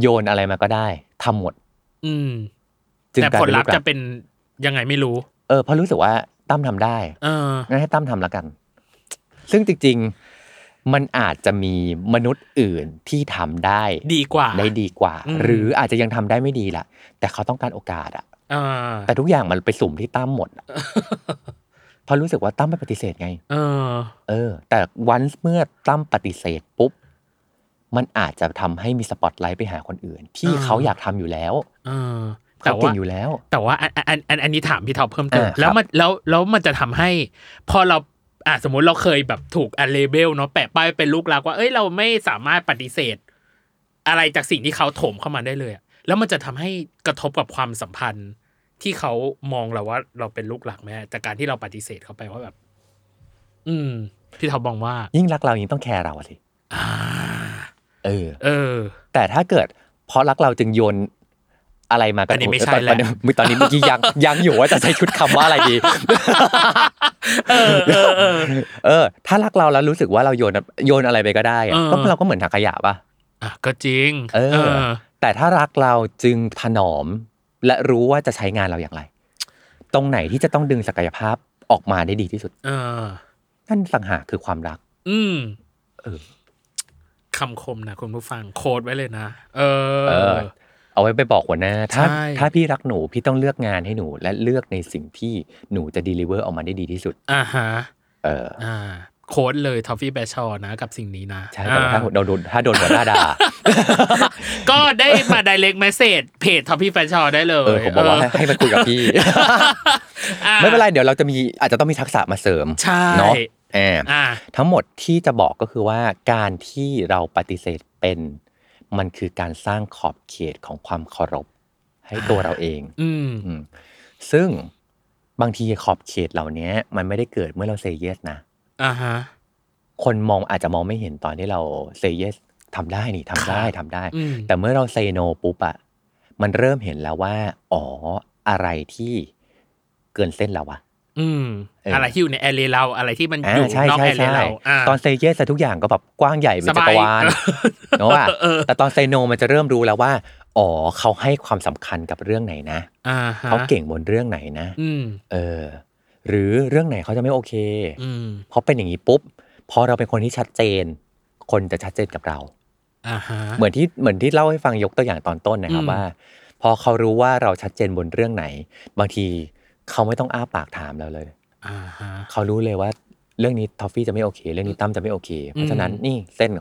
B: โยนอะไรมาก็ได้ทำหมด
C: อืม
B: จึง
C: แต่
B: กลาย
C: ผล
B: เป็น
C: ลั
B: ลู
C: พ
B: ก
C: ธ์
B: รั
C: จะ
B: ก
C: เป็นยังไงไม่รู้
B: เออเพราะรู้สึกว่าตั้มทำได้
C: เออ
B: งั้นให้ตั้มทำละกัน ซึ่งจริง ๆ มันอาจจะมีมนุษย์อื่นที่ทำได้
C: ดีกว่า
B: ได้ดีกว่า
C: อืม
B: หรืออาจจะยังทำได้ไม่ดีแหละแต่เขาต้องการโอกาสอะ
C: เออ
B: แต่ทุกอย่างมันไปสุ่มที่ตั้มหมด อะเพราะรู้สึกว่าตั้มไม่ปฏิเสธไง
C: เออ
B: เออ แต่วันเมื่อตั้มปฏิเสธปุ๊บมันอาจจะทำให้มีสปอตไลท์ไปหาคนอื่น ที่
C: อ่า
B: เขาอยากทำอยู่แล้ว
C: เออ แต่
B: เขา
C: ว่า
B: เก่งอยู่แล้ว
C: แต่ว่าอันอันอันอันนี้ถามพี่ท็อปเพิ่มเติม
B: อ่าครับ
C: แล้วมันแล้วแล้วมันจะทำให้ พอเราอ่ะสมมติเราเคยแบบถูกอันเลเบลเนาะแปะป้ายเป็นลูกรักว่าเอ้ยเราไม่สามารถปฏิเสธ อะไรจากสิ่งที่เขาถมเข้ามาได้เลยอะแล้วมันจะทำให้กระทบกับความสัมพันธ์ที่เขามองเราว่าเราเป็นลูกหลักไหมจากการที่เราปฏิเสธเขาไปว่าแบบ อืม พี่ท็อปมองว่า
B: ยิ่งรักเรายิ่งต้องแคร์เราอะสิ
C: อ่า
B: เออ
C: เออ
B: แต่ถ้าเกิด เพราะรักเราจึงโยนอะไรมากั
C: อันนี้ไม่ใช่
B: ตอน
C: แล้
B: ต
C: ว
B: อนนี้ตอนนี้เมื่อกี้ยังยังอยู่ว่าจะใช้ชุดคำว่าอะไรดี
C: เออเออเออ
B: เออ ถ้ารักเราแล้วรู้สึกว่าเราโยนโยนอะไรไปก็ได้อะ
C: เออ
B: ก็เราก็เหมือนถังขยะป่ะ
C: อ่ะก็จริง
B: เออ แต่ถ้ารักเราจึงถนอม และรู้ว่าจะใช้งานเราอย่างไร ตรงไหนที่จะต้องดึงศักยภาพออกมาได้ดีที่สุด
C: เออ
B: นั่นสังหากคือความรัก
C: อืม
B: เออ
C: คำคมนะคุณผู้ฟังโค้ดไว้เลยนะ เออ
B: เออ เอาไว้ไปบอกหัวหน้าถ้า
C: ใช่
B: ถ้าพี่รักหนูพี่ต้องเลือกงานให้หนู และเลือกในสิ่งที่หนูจะด e ลิเวอร์ออกมาได้ดีที่สุด
C: อ่าฮะ
B: เออ
C: อ่า โค้ดเลยทอฟฟี่แบชอนะ กับสิ่งนี้นะ
B: ใช่แต่ว่าถ้า
C: อ่า
B: เราโดนถ้าโดนหัวหน้าด่า
C: ก็ได้มาไดเ c ก m e มสเซจเพจทอฟฟี่แบชอได้เล
B: เอย อผมบอกว่า
C: เ
B: ให้ให้มาคุยกับพี่
C: อ่า
B: ไม่เป็นไรเดี๋ยวเราจะมีอาจจะต้องมีทักษะมาเสริม
C: ใช่
B: เนาะแอบ
C: อ่า
B: ทั้งหมดที่จะบอกก็คือว่าการที่เราปฏิเสธเป็น มันคือการสร้างขอบเขตของความเคารพ ให้ตัวเราเอง
C: อืม
B: อืมซึ่งบางทีขอบเขตเหล่านี้มันไม่ได้เกิดเมื่อเราเซเยสนะ
C: อ่าฮะ
B: คนมองอาจจะมองไม่เห็นตอนที่เราเซเยสทำได้นี่ทำได้
C: ครับ
B: ทำได้
C: อืม
B: แต่เมื่อเราเซโนปุ๊บอะมันเริ่มเห็นแล้วว่า อ๋ออะไรที่เกินเส้นเราอะ
C: อืม
B: เอออ
C: อะไรที่อยู่ในแอเรียเรา อะไรที่มัน
B: อ่า
C: อยู่
B: ใช่
C: นอก
B: ใช่
C: แอเรี
B: ใช่
C: ยเราอ่า
B: ตอนเซเยสทุกอย่างก็แบบกว้างใหญ่เป็นจักรวาล
C: สบาย
B: เนาะอะ
C: เออ
B: แต่ตอนเซโนมันจะเริ่มรู้แล้วว่า อ๋อเขาให้ความสำคัญกับเรื่องไหนนะ
C: อ่าฮะ
B: เขาเก่งบนเรื่องไหนนะ
C: อืม
B: เออ หรือเรื่องไหนเขาจะไม่โอเค
C: อืม
B: เพราะเป็นอย่างนี้ปุ๊บพอเราเป็นคนที่ชัดเจน คนจะชัดเจนกับเรา
C: อ่าฮะ
B: เหมือนที่เหมือนที่เล่าให้ฟังยกตัวอย่างตอนต้นนะครับ
C: อืม
B: ว่า พอเขารู้ว่าเราชัดเจนบนเรื่องไหน บางทีเขาไม่ต้องอ้าปากถามเราเลย
C: อ่าฮะ
B: เขารู้เลยว่าเรื่องนี้ทอฟฟี่จะไม่โอเค เรื่องนี้ตั้มจะไม่โอเค เพราะฉะนั้น
C: อืม
B: นี่เส้น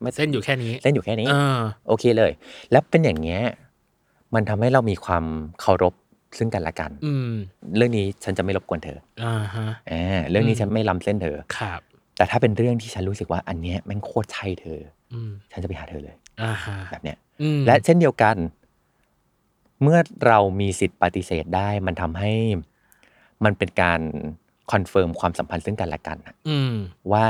B: ไม่
C: เส้นอยู่แค่นี้
B: เส้นอยู่แค่นี้
C: เออ
B: โอเคเลย แล้วเป็นอย่างเงี้ยมันทำให้เรามีความเคารพซึ่งกันและกัน
C: อืม
B: เรื่องนี้ฉันจะไม่รบกวนเธอ
C: อ่าฮะ
B: อ่าเรื่องนี้
C: อืม
B: ฉันไม่ล้ำเส้นเธอ
C: ครับ
B: แต่ถ้าเป็นเรื่องที่ฉันรู้สึกว่าอันเนี้ยแม่งโคตรใช่เธอ
C: อืม
B: ฉันจะไปหาเธอเลย
C: อ่าฮะ
B: แบบเนี้ย
C: อืม
B: และเช่นเดียวกัน เมื่อเรามีสิทธิ์ปฏิเสธได้ มันทำให้มันเป็นการคอนเฟิร์มความสัมพันธ์ซึ่งกันและกันอะ
C: อืม
B: ว่า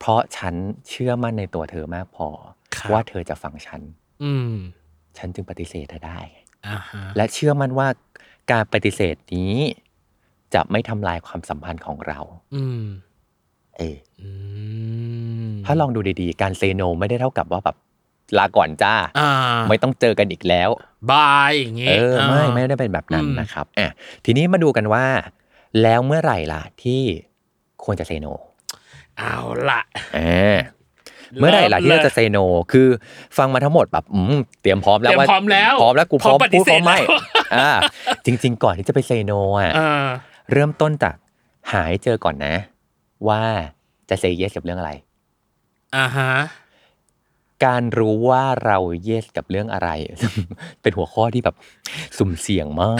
B: เพราะฉันเชื่อมั่นในตัวเธอมากพอ
C: ครับ
B: ว่าเธอจะฟังฉัน
C: อืม
B: ฉันจึงปฏิเสธเธอได้
C: อ่าฮะ
B: และเชื่อมั่นว่าการปฏิเสธนี้ จะไม่ทำลายความสัมพันธ์ของเรา
C: อืม
B: เออ
C: อืม
B: ถ้าลองดูดีๆ การเซโนไม่ได้เท่ากับว่าแบบลาก่อนจ้า
C: อ่า
B: ไม่ต้องเจอกันอีกแล้ว
C: บายอย่าง
B: เอ
C: งี้
B: อไม่ไม่ได้เป็นแบบนั้น
C: อืม
B: นะครับอ่ะทีนี้มาดูกันว่า แล้วเมื่อไหร่ล่ะที่ควรจะเซโน
C: เอาละ
B: อ่าเมื่อไหร่ล่ะที่เราจะเซโน คือฟังมาทั้งหมดแบบอืมเตรียมพร้อม
C: เต
B: แล้ว
C: รียม
B: ว่า
C: พร้อมแล้ว
B: พร้อมแล้วกูพร้อม
C: ป
B: พู
C: ฏิ
B: ด
C: เส
B: พร้อ
C: ธ
B: มไม่
C: แล้ว
B: อ่าจริง ๆ ก่อนที่จะไปเซโนอ่ะ
C: เออ
B: เริ่มต้นจากหาให้เจอก่อนนะ ว่าจะเซเยสกับเรื่องอะไร
C: อ่าฮะ
B: การรู้ว่าเราเยสกับเรื่องอะไร เป็นหัวข้อที่แบบสุ่มเสี่ยง มา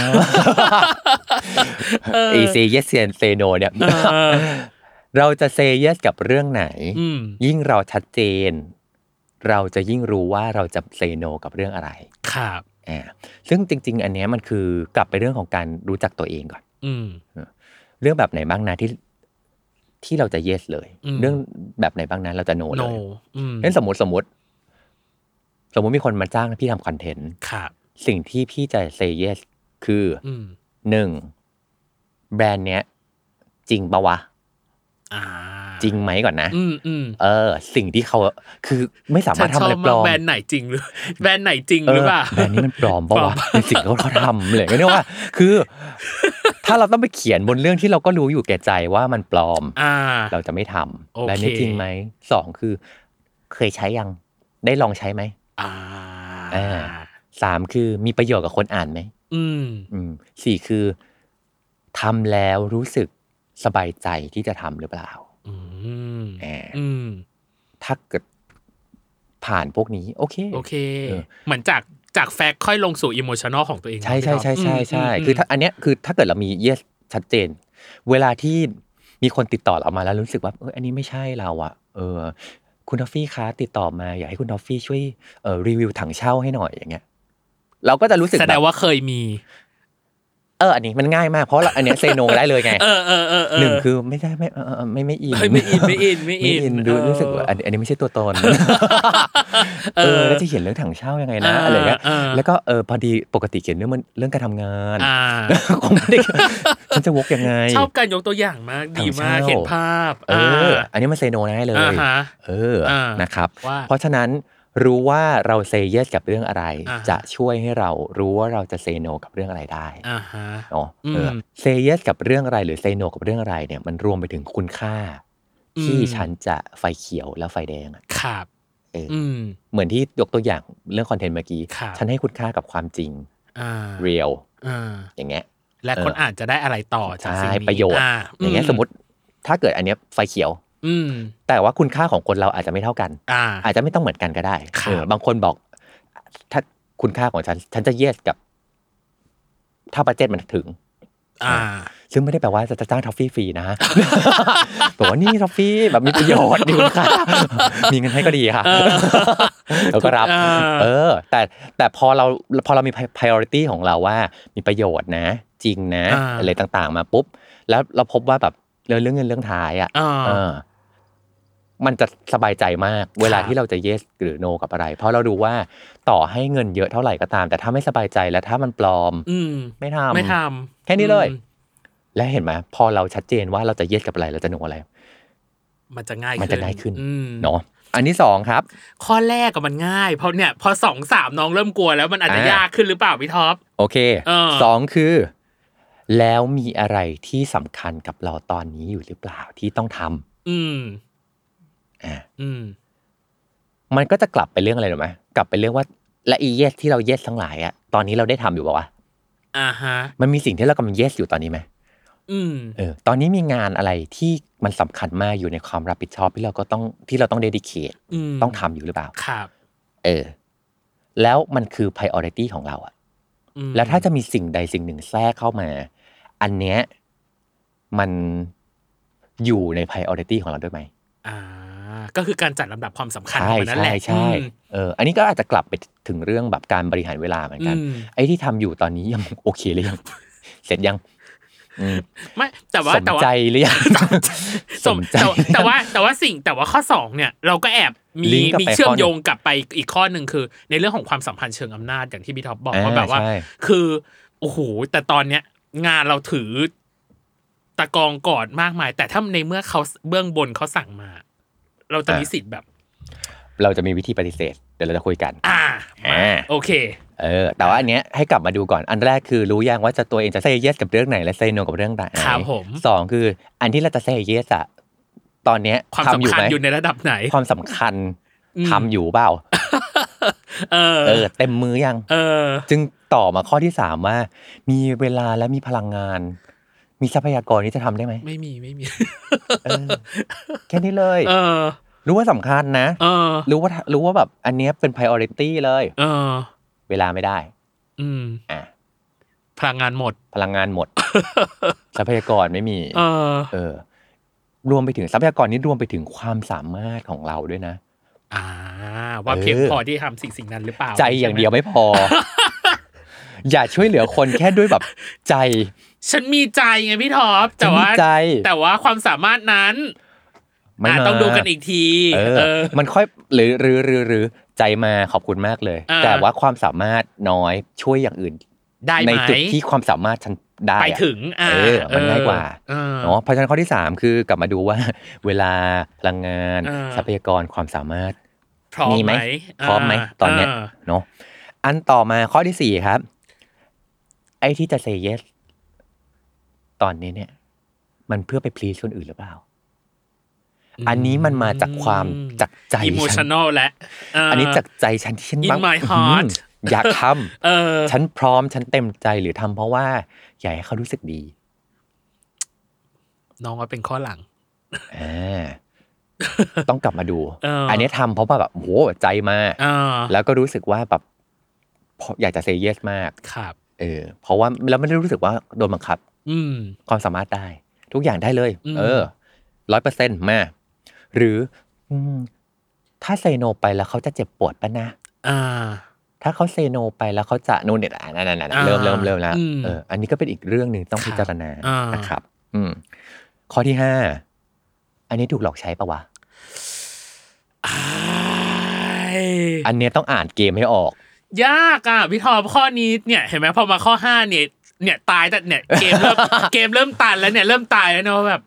B: กเอเซเยสเซโนเนี่ย
C: เอ อ
B: เราจะเซเยสกับเรื่องไหน
C: อืม
B: ยิ่งเราชัดเจน เราจะยิ่งรู้ว่าเราจะเซโนกับเรื่องอะไร
C: ครับ
B: อ่าซึ่งจริง ๆ อันเนี้ยมันคือกลับไปเรื่องของการรู้จักตัวเองก่อน
C: อืม
B: เรื่องแบบไหนบ้างนะที่ที่เราจะเยสเลย
C: อืม
B: เรื่องแบบไหนบ้างนะเราจะโน
C: โน
B: เลย
C: อืม
B: เช่นสมมติสมมติ สมมติมีคนมาจ้างพี่ทำคอนเทนต์
C: ครับ
B: สิ่งที่พี่จะเซเยสคืออ
C: อืม
B: หนึ่งแบรนด์เนี้ย จริงปะวะ
C: อ่า
B: จริงไหมก่อนนะ
C: อืมอืม
B: เออ สิ่งที่เขาคือไม่สามารถทำอะไร
C: ฉันชบ
B: ปลอม
C: กแบรนด์ไหนจริงหรือ แบรนด์ไหนจริงหรือเปล่า
B: แบรนด์นี้มันปลอมปะ
C: ปลอ
B: วะ
C: ม
B: เป็นสิ่งที่เขาทำเลยก็เนี่ยว่า คือ ถ้าเราต้องไปเขียนบนเรื่องที่เราก็รู้อยู่แก่ใจว่ามันปลอม
C: อ่า
B: เราจะไม่
C: โอ
B: ทำ
C: เค
B: แบรนด์นี้จริงไหมสองคือ เคยใช้ยังได้ลองใช้ไหม
C: อ่า
B: อ่า สามคือมีประโยชน์กับคนอ่านไหม
C: อืม
B: อืมสี่คือทำแล้วรู้สึกสบายใจที่จะทำหรือเปล่า
C: อืม
B: อ่า
C: อืม
B: ถ้าเกิดผ่านพวกนี้ โอเค
C: โอเค
B: เออ
C: เหมือนจากจากแฟกต์ค่อยลงสู่อิโมชันอลของตัวเอง
B: ใช่
C: นะ
B: ใช่ใช่
C: พี่ท็ป
B: ใช่ใช่
C: มม
B: คือถ้าอันเนี้ยคือถ้าเกิดเรามี yes ชัดเจน เวลาที่มีคนติดต่อเรามาแล้วรู้สึกว่าเอออันนี้ไม่ใช่เราอะเออ คุณทอฟฟี่คะติดต่อมาอยากให้คุณทอฟฟี่ช่วยเอ่อรีวิวถังเช่าให้หน่อยอย่างเงี้ย เราก็จะรู้สึก
C: แส
B: แบ
C: ดง
B: บ
C: ว่าเคยมี
B: เอออันนี้มันง่ายมากเพราะเราอันเนี้ยเซโนได้เลยไง
C: เออเออเออเ
B: หนึ่งคือไม่ได้ไม่เออเออไม่ไม่อิน
C: เฮ้ยไม่อินไม่อินไม่
B: ไม่อินดู
C: เออ
B: รู้สึกว่าอันอันนี้ไม่ใช่ตัวตน
C: เอ
B: เอ
C: อ
B: อแล้วจะเขียนเรื่องถังเช่ายังไงนะ
C: เอออ
B: อะไรเงี้ย
C: เออ
B: แล้วก็เออพอดีปกติเขียนเรื่องมันเรื่องการทำงาน
C: อ่า
B: คงไม่ได้ฉันจะวกยังไง
C: ชอบการยกตัวอย่างมาก ดีมาก
B: ทางเช่า
C: เห็นภาพ
B: เออ
C: า
B: อันนี้มันเซโนได้เลย
C: อ่าฮะ
B: เออ
C: อ่าน
B: นะครับ
C: ว่า
B: เพราะฉะนั้นรู้ว่าเราเซเยสกับเรื่องอะไร
C: อ่าฮะ
B: จะช่วยให้เรารู้ว่าเราจะเซโนกับเรื่องอะไรได้
C: อ่าฮะ
B: เนาะ
C: อืม
B: เออเซเยสกับเรื่องอะไรหรือเซโนกับเรื่องอะไรเนี่ยมันรวมไปถึงคุณค่า ที่
C: อืม
B: ฉันจะไฟเขียวและไฟแดงอะ
C: ครับ
B: เอออื
C: อืม
B: เหมือนที่ยกตัวอย่างเรื่องคอนเทนต์เมื่อกี้
C: ครับ
B: ฉันให้คุณค่ากับความจริง
C: อ่า
B: เรียล
C: อ่า
B: อย่างเงี้ย
C: และ
B: เออ
C: คนอ่านจะได้อะไรต่อจากสิ่ง
B: ใช่
C: นี้
B: ประโยชน์
C: อ่า
B: อย่างเงี้ยสมมติถ้าเกิดอันเนี้ยไฟเขียว
C: อืม
B: แต่ว่าคุณค่าของคนเราอาจจะไม่เท่ากัน
C: อ่า
B: อาจจะไม่ต้องเหมือนกันก็ได้
C: ครับ
B: เออบางคนบอก ถ้าคุณค่าของฉัน ฉันจะเยสกับ ถ้าบัจเจตมันถึง
C: อ่า
B: ซึ่งไม่ได้แปลว่าจะจ้างทอฟฟี่ฟรีนะ บอกว่านี่ทอฟฟี่แบบมีประ โยชน์มีคุณค่ามีเงินให้ก็ดีค่ะ
C: เอ อ
B: เราก็รับ
C: เออ
B: เออ แต่แต่พอเราพอเรามี priority ของเราว่า มีประโยชน์นะ จริงนะ
C: อ่า
B: อะไรต่างๆ มาปุ๊บ แล้วเราพบว่าแบบเรื่องเงินเรื่องท้ายอ่ะ
C: อ่า
B: เออ มันจะสบายใจมาก เวลา
C: ครับ
B: ที่เราจะ yes หรือ no กับอะไร เพราะเราดูว่าต่อให้เงินเยอะเท่าไหร่ก็ตาม แต่ถ้าไม่สบายใจและถ้ามันปลอม
C: อืม
B: ไม่ทำ
C: ไม่ทำ
B: แค่นี้เลย
C: อืม
B: และเห็นไหมพอเราชัดเจนว่าเราจะเย็ดกับอะไรเราจะหนูอะไร
C: มันจะง่าย
B: มันจะง่ายขึ้น
C: อืม
B: เนาะอันที่สองครับ
C: ข้อแรกกับมันง่าย เพราะเนี่ยพอสองสามน้องเริ่มกลัวแล้วมันอาจจะ
B: อ่าย
C: ยากขึ้นหรือเปล่าพี่ท็อป
B: โอเค
C: เออ
B: สองคือ แล้วมีอะไรที่สำคัญกับเราตอนนี้อยู่หรือเปล่าที่ต้องทำ
C: อืม
B: อ่า
C: อืม
B: มันก็จะกลับไปเรื่องอะไรหรือไหมกลับไปเรื่องว่าและอีเยสที่เราเยสทั้งหลายอะตอนนี้เราได้ทำอยู่ป่าวะ
C: อ่าฮะ
B: มันมีสิ่งที่เรากำลังเยสอยู่ตอนนี้ไหม
C: อืม
B: เออตอนนี้มีงานอะไรที่มันสำคัญมากอยู่ในความรับผิดชอบที่เราก็ต้องที่เราต้องเดดิเคท
C: อืม
B: ต้องทำอยู่หรือเปล่า
C: ครับ
B: เออ แล้วมันคือ priority ของเราอะ
C: อืม
B: แล้วถ้าจะมีสิ่งใดสิ่งหนึ่งแทรกเข้ามา อันเนี้ยมันอยู่ใน priority ของเราด้วยไหม
C: อ่า ก็คือการจัดลำดับความสำคัญข
B: ใช่
C: องมันนั่น
B: ใช่
C: แหละ
B: ใช่เอออันนี้ก็อาจจะกลับไปถึงเรื่องแบบการบริหารเวลาเหมือน
C: อืม
B: กัน
C: อืม
B: ไอ้ที่ทำอยู่ตอนนี้ยังโอเคหรือยัง เสร็จยังอืม
C: ไม่แต่ว่า
B: สม
C: แต่ ว่า
B: ใจหรือยัง
C: สมแต่ว่าแต่ว่าแต่ว่าสิ่งแต่ว่าข้อสองเนี่ย เราก็แอบ มี
B: ลิงก์กลับ
C: มี
B: ไป
C: เชื่อม
B: ข้อหนึ่ง
C: โยงกลับไปอีกข้อหนึ่งคือ ในเรื่องของความสัมพันธ์เชิงอำนาจอย่างที่พี่ท็อปบอกว่า
B: อ่า
C: แบบว่า
B: ใช่
C: คือโอ้โหแต่ตอนเนี้ย งานเราถือตะกองกอดมากมาย แต่ถ้าในเมื่อเขาเบื้องบนเขาสั่งมา เราจะมีสิทธิ์แบบ
B: เราจะมีวิธีปฏิเสธ เดี๋ยวเราจะคุยกัน
C: อ่ามา
B: อ่า
C: โอเค
B: เออ แต่ว่าอันเนี้ยให้กลับมาดูก่อน อันแรกคือรู้ยังว่าจะตัวเองจะเซย์เยสกับเรื่องไหนและเซย์โนกับเรื่องไหน
C: ครับผม
B: สองคือ อันที่เราจะเซย์เยสอะตอนเนี้ย
C: ความ
B: ทำ
C: สำคัญ
B: ไหม
C: อยู่ในระดับไหน
B: ความสำคัญ
C: อืม
B: ทำอยู่เปล่า
C: เออ
B: เออ เต็มมือยัง
C: เออ
B: จึงต่อมาข้อที่สามว่า มีเวลาและมีพลังงาน มีทรัพยากรนี้จะทำได้ไหม
C: ไม่มีไม่มี
B: เออแค่นี้เลย
C: เออ
B: รู้ว่าสำคัญนะ
C: เออ
B: รู้ว่ารู้ว่าแบบอันเนี้ยเป็น priority เลย
C: เออ
B: เวลาไม่ได้
C: อืม
B: อ่ะ
C: พลังงานหมด
B: พลังงานหมด ทรัพยากรไม่มี
C: เออ
B: เออ รวมไปถึงทรัพยากรนี้รวมไปถึงความสามารถของเราด้วยนะ
C: อ่า ว่า
B: เออ
C: เพียงพอที่ทำสิ่งสิ่งนั้นหรือเปล่า
B: ใจอย่างเดียว
C: ใช่ไหม
B: ไม่พ อ อย่าช่วยเหลือคนแค่ด้วยแบบใจ
C: ฉันมีใจไงพี่ท็อป แต่ว่า
B: ฉันมีใจ
C: แต่ว่าความสามารถนั้น
B: มัน
C: อ่ะ
B: มา
C: ต้องดูกันอีกที
B: เอ
C: เอ
B: อ
C: อ
B: มันค่อยหรือหรือหรือหรือใจมาขอบคุณมากเลย
C: อ่า
B: แต่ว่าความสามารถน้อยช่วยอย่างอื่น
C: ได้ไห
B: ใน
C: ม
B: จุดที่ความสามารถฉันได้
C: ไป
B: อะ
C: ถึง อ่า
B: เออมันง่ายกว่า
C: เออ
B: เนาะเพราะฉะนั้นข้อที่ 3 คือกลับมาดูว่า เวลาพลังงาน
C: อ่า
B: ทรัพยากรความสามารถ
C: พร้อม
B: มีไห
C: ไห
B: ม
C: ม
B: พร้อมไหมา ตอนเนี้ย
C: า
B: เนาะอันต่อมาข้อที่สี่ครับ ไอ้ที่จะ say yes ตอนนี้เนี่ย มันเพื่อไป please คนอื่นหรือเปล่า อันนี้มันมาจากความจากใจ
C: อิโม
B: ฉั
C: ชันอลและเ
B: อันนี้จากใจฉันที่ฉัน
C: In
B: บ้าง
C: my heart
B: อืมอยากท
C: เออ
B: ำฉันพร้อมฉันเต็มใจหรือทำเพราะว่า อยากให้เขารู้สึกดี
C: น้องว่าเป็นข้อหลัง
B: อ่าต้องกลับมาดู
C: เอออั
B: นนี้ทำเพราะว่าแบบโหใจมา
C: เออ
B: แล้วก็รู้สึกว่าแบบพออยากจะเซ y เยสมาก
C: ครับ
B: เออ เพราะว่าแล้วไม่ได้รู้สึกว่าโดนบังคับ
C: อืม
B: ความสามารถได้ ทุกอย่างได้เลย
C: อืม
B: เออร้อยเปอร์เซ็นต์มา หรืออืมถ้าเซโนไปแล้วเขาจะเจ็บปวดปะนะ
C: อ่า
B: ถ้าเขาเซโนไปแล้วเขาจะโนนเนี่ยอ่ะนั่นนั่นนั่น
C: อ่า
B: เริ่มเริ่มเริ่มแล้ว
C: อืม
B: เอออันนี้ก็เป็นอีกเรื่องหนึ่งต้องพิจารณา
C: อ่าน
B: นะครับ อืม ข้อที่ห้าอันนี้ถูกหลอกใช้ปะวะ
C: อ้าย
B: อันเนี้ยต้องอ่านเกมให้ออก
C: ยากอ่ะพี่ทอมข้อนี้เนี่ย เห็นไหมพอมาข้อห้าเนี่ย เนี่ยตายแต่เนี่ยเกมเริ่ม เกมเริ่มตันแล้วเนี่ยเริ่มตายแล้วเนาะแบบ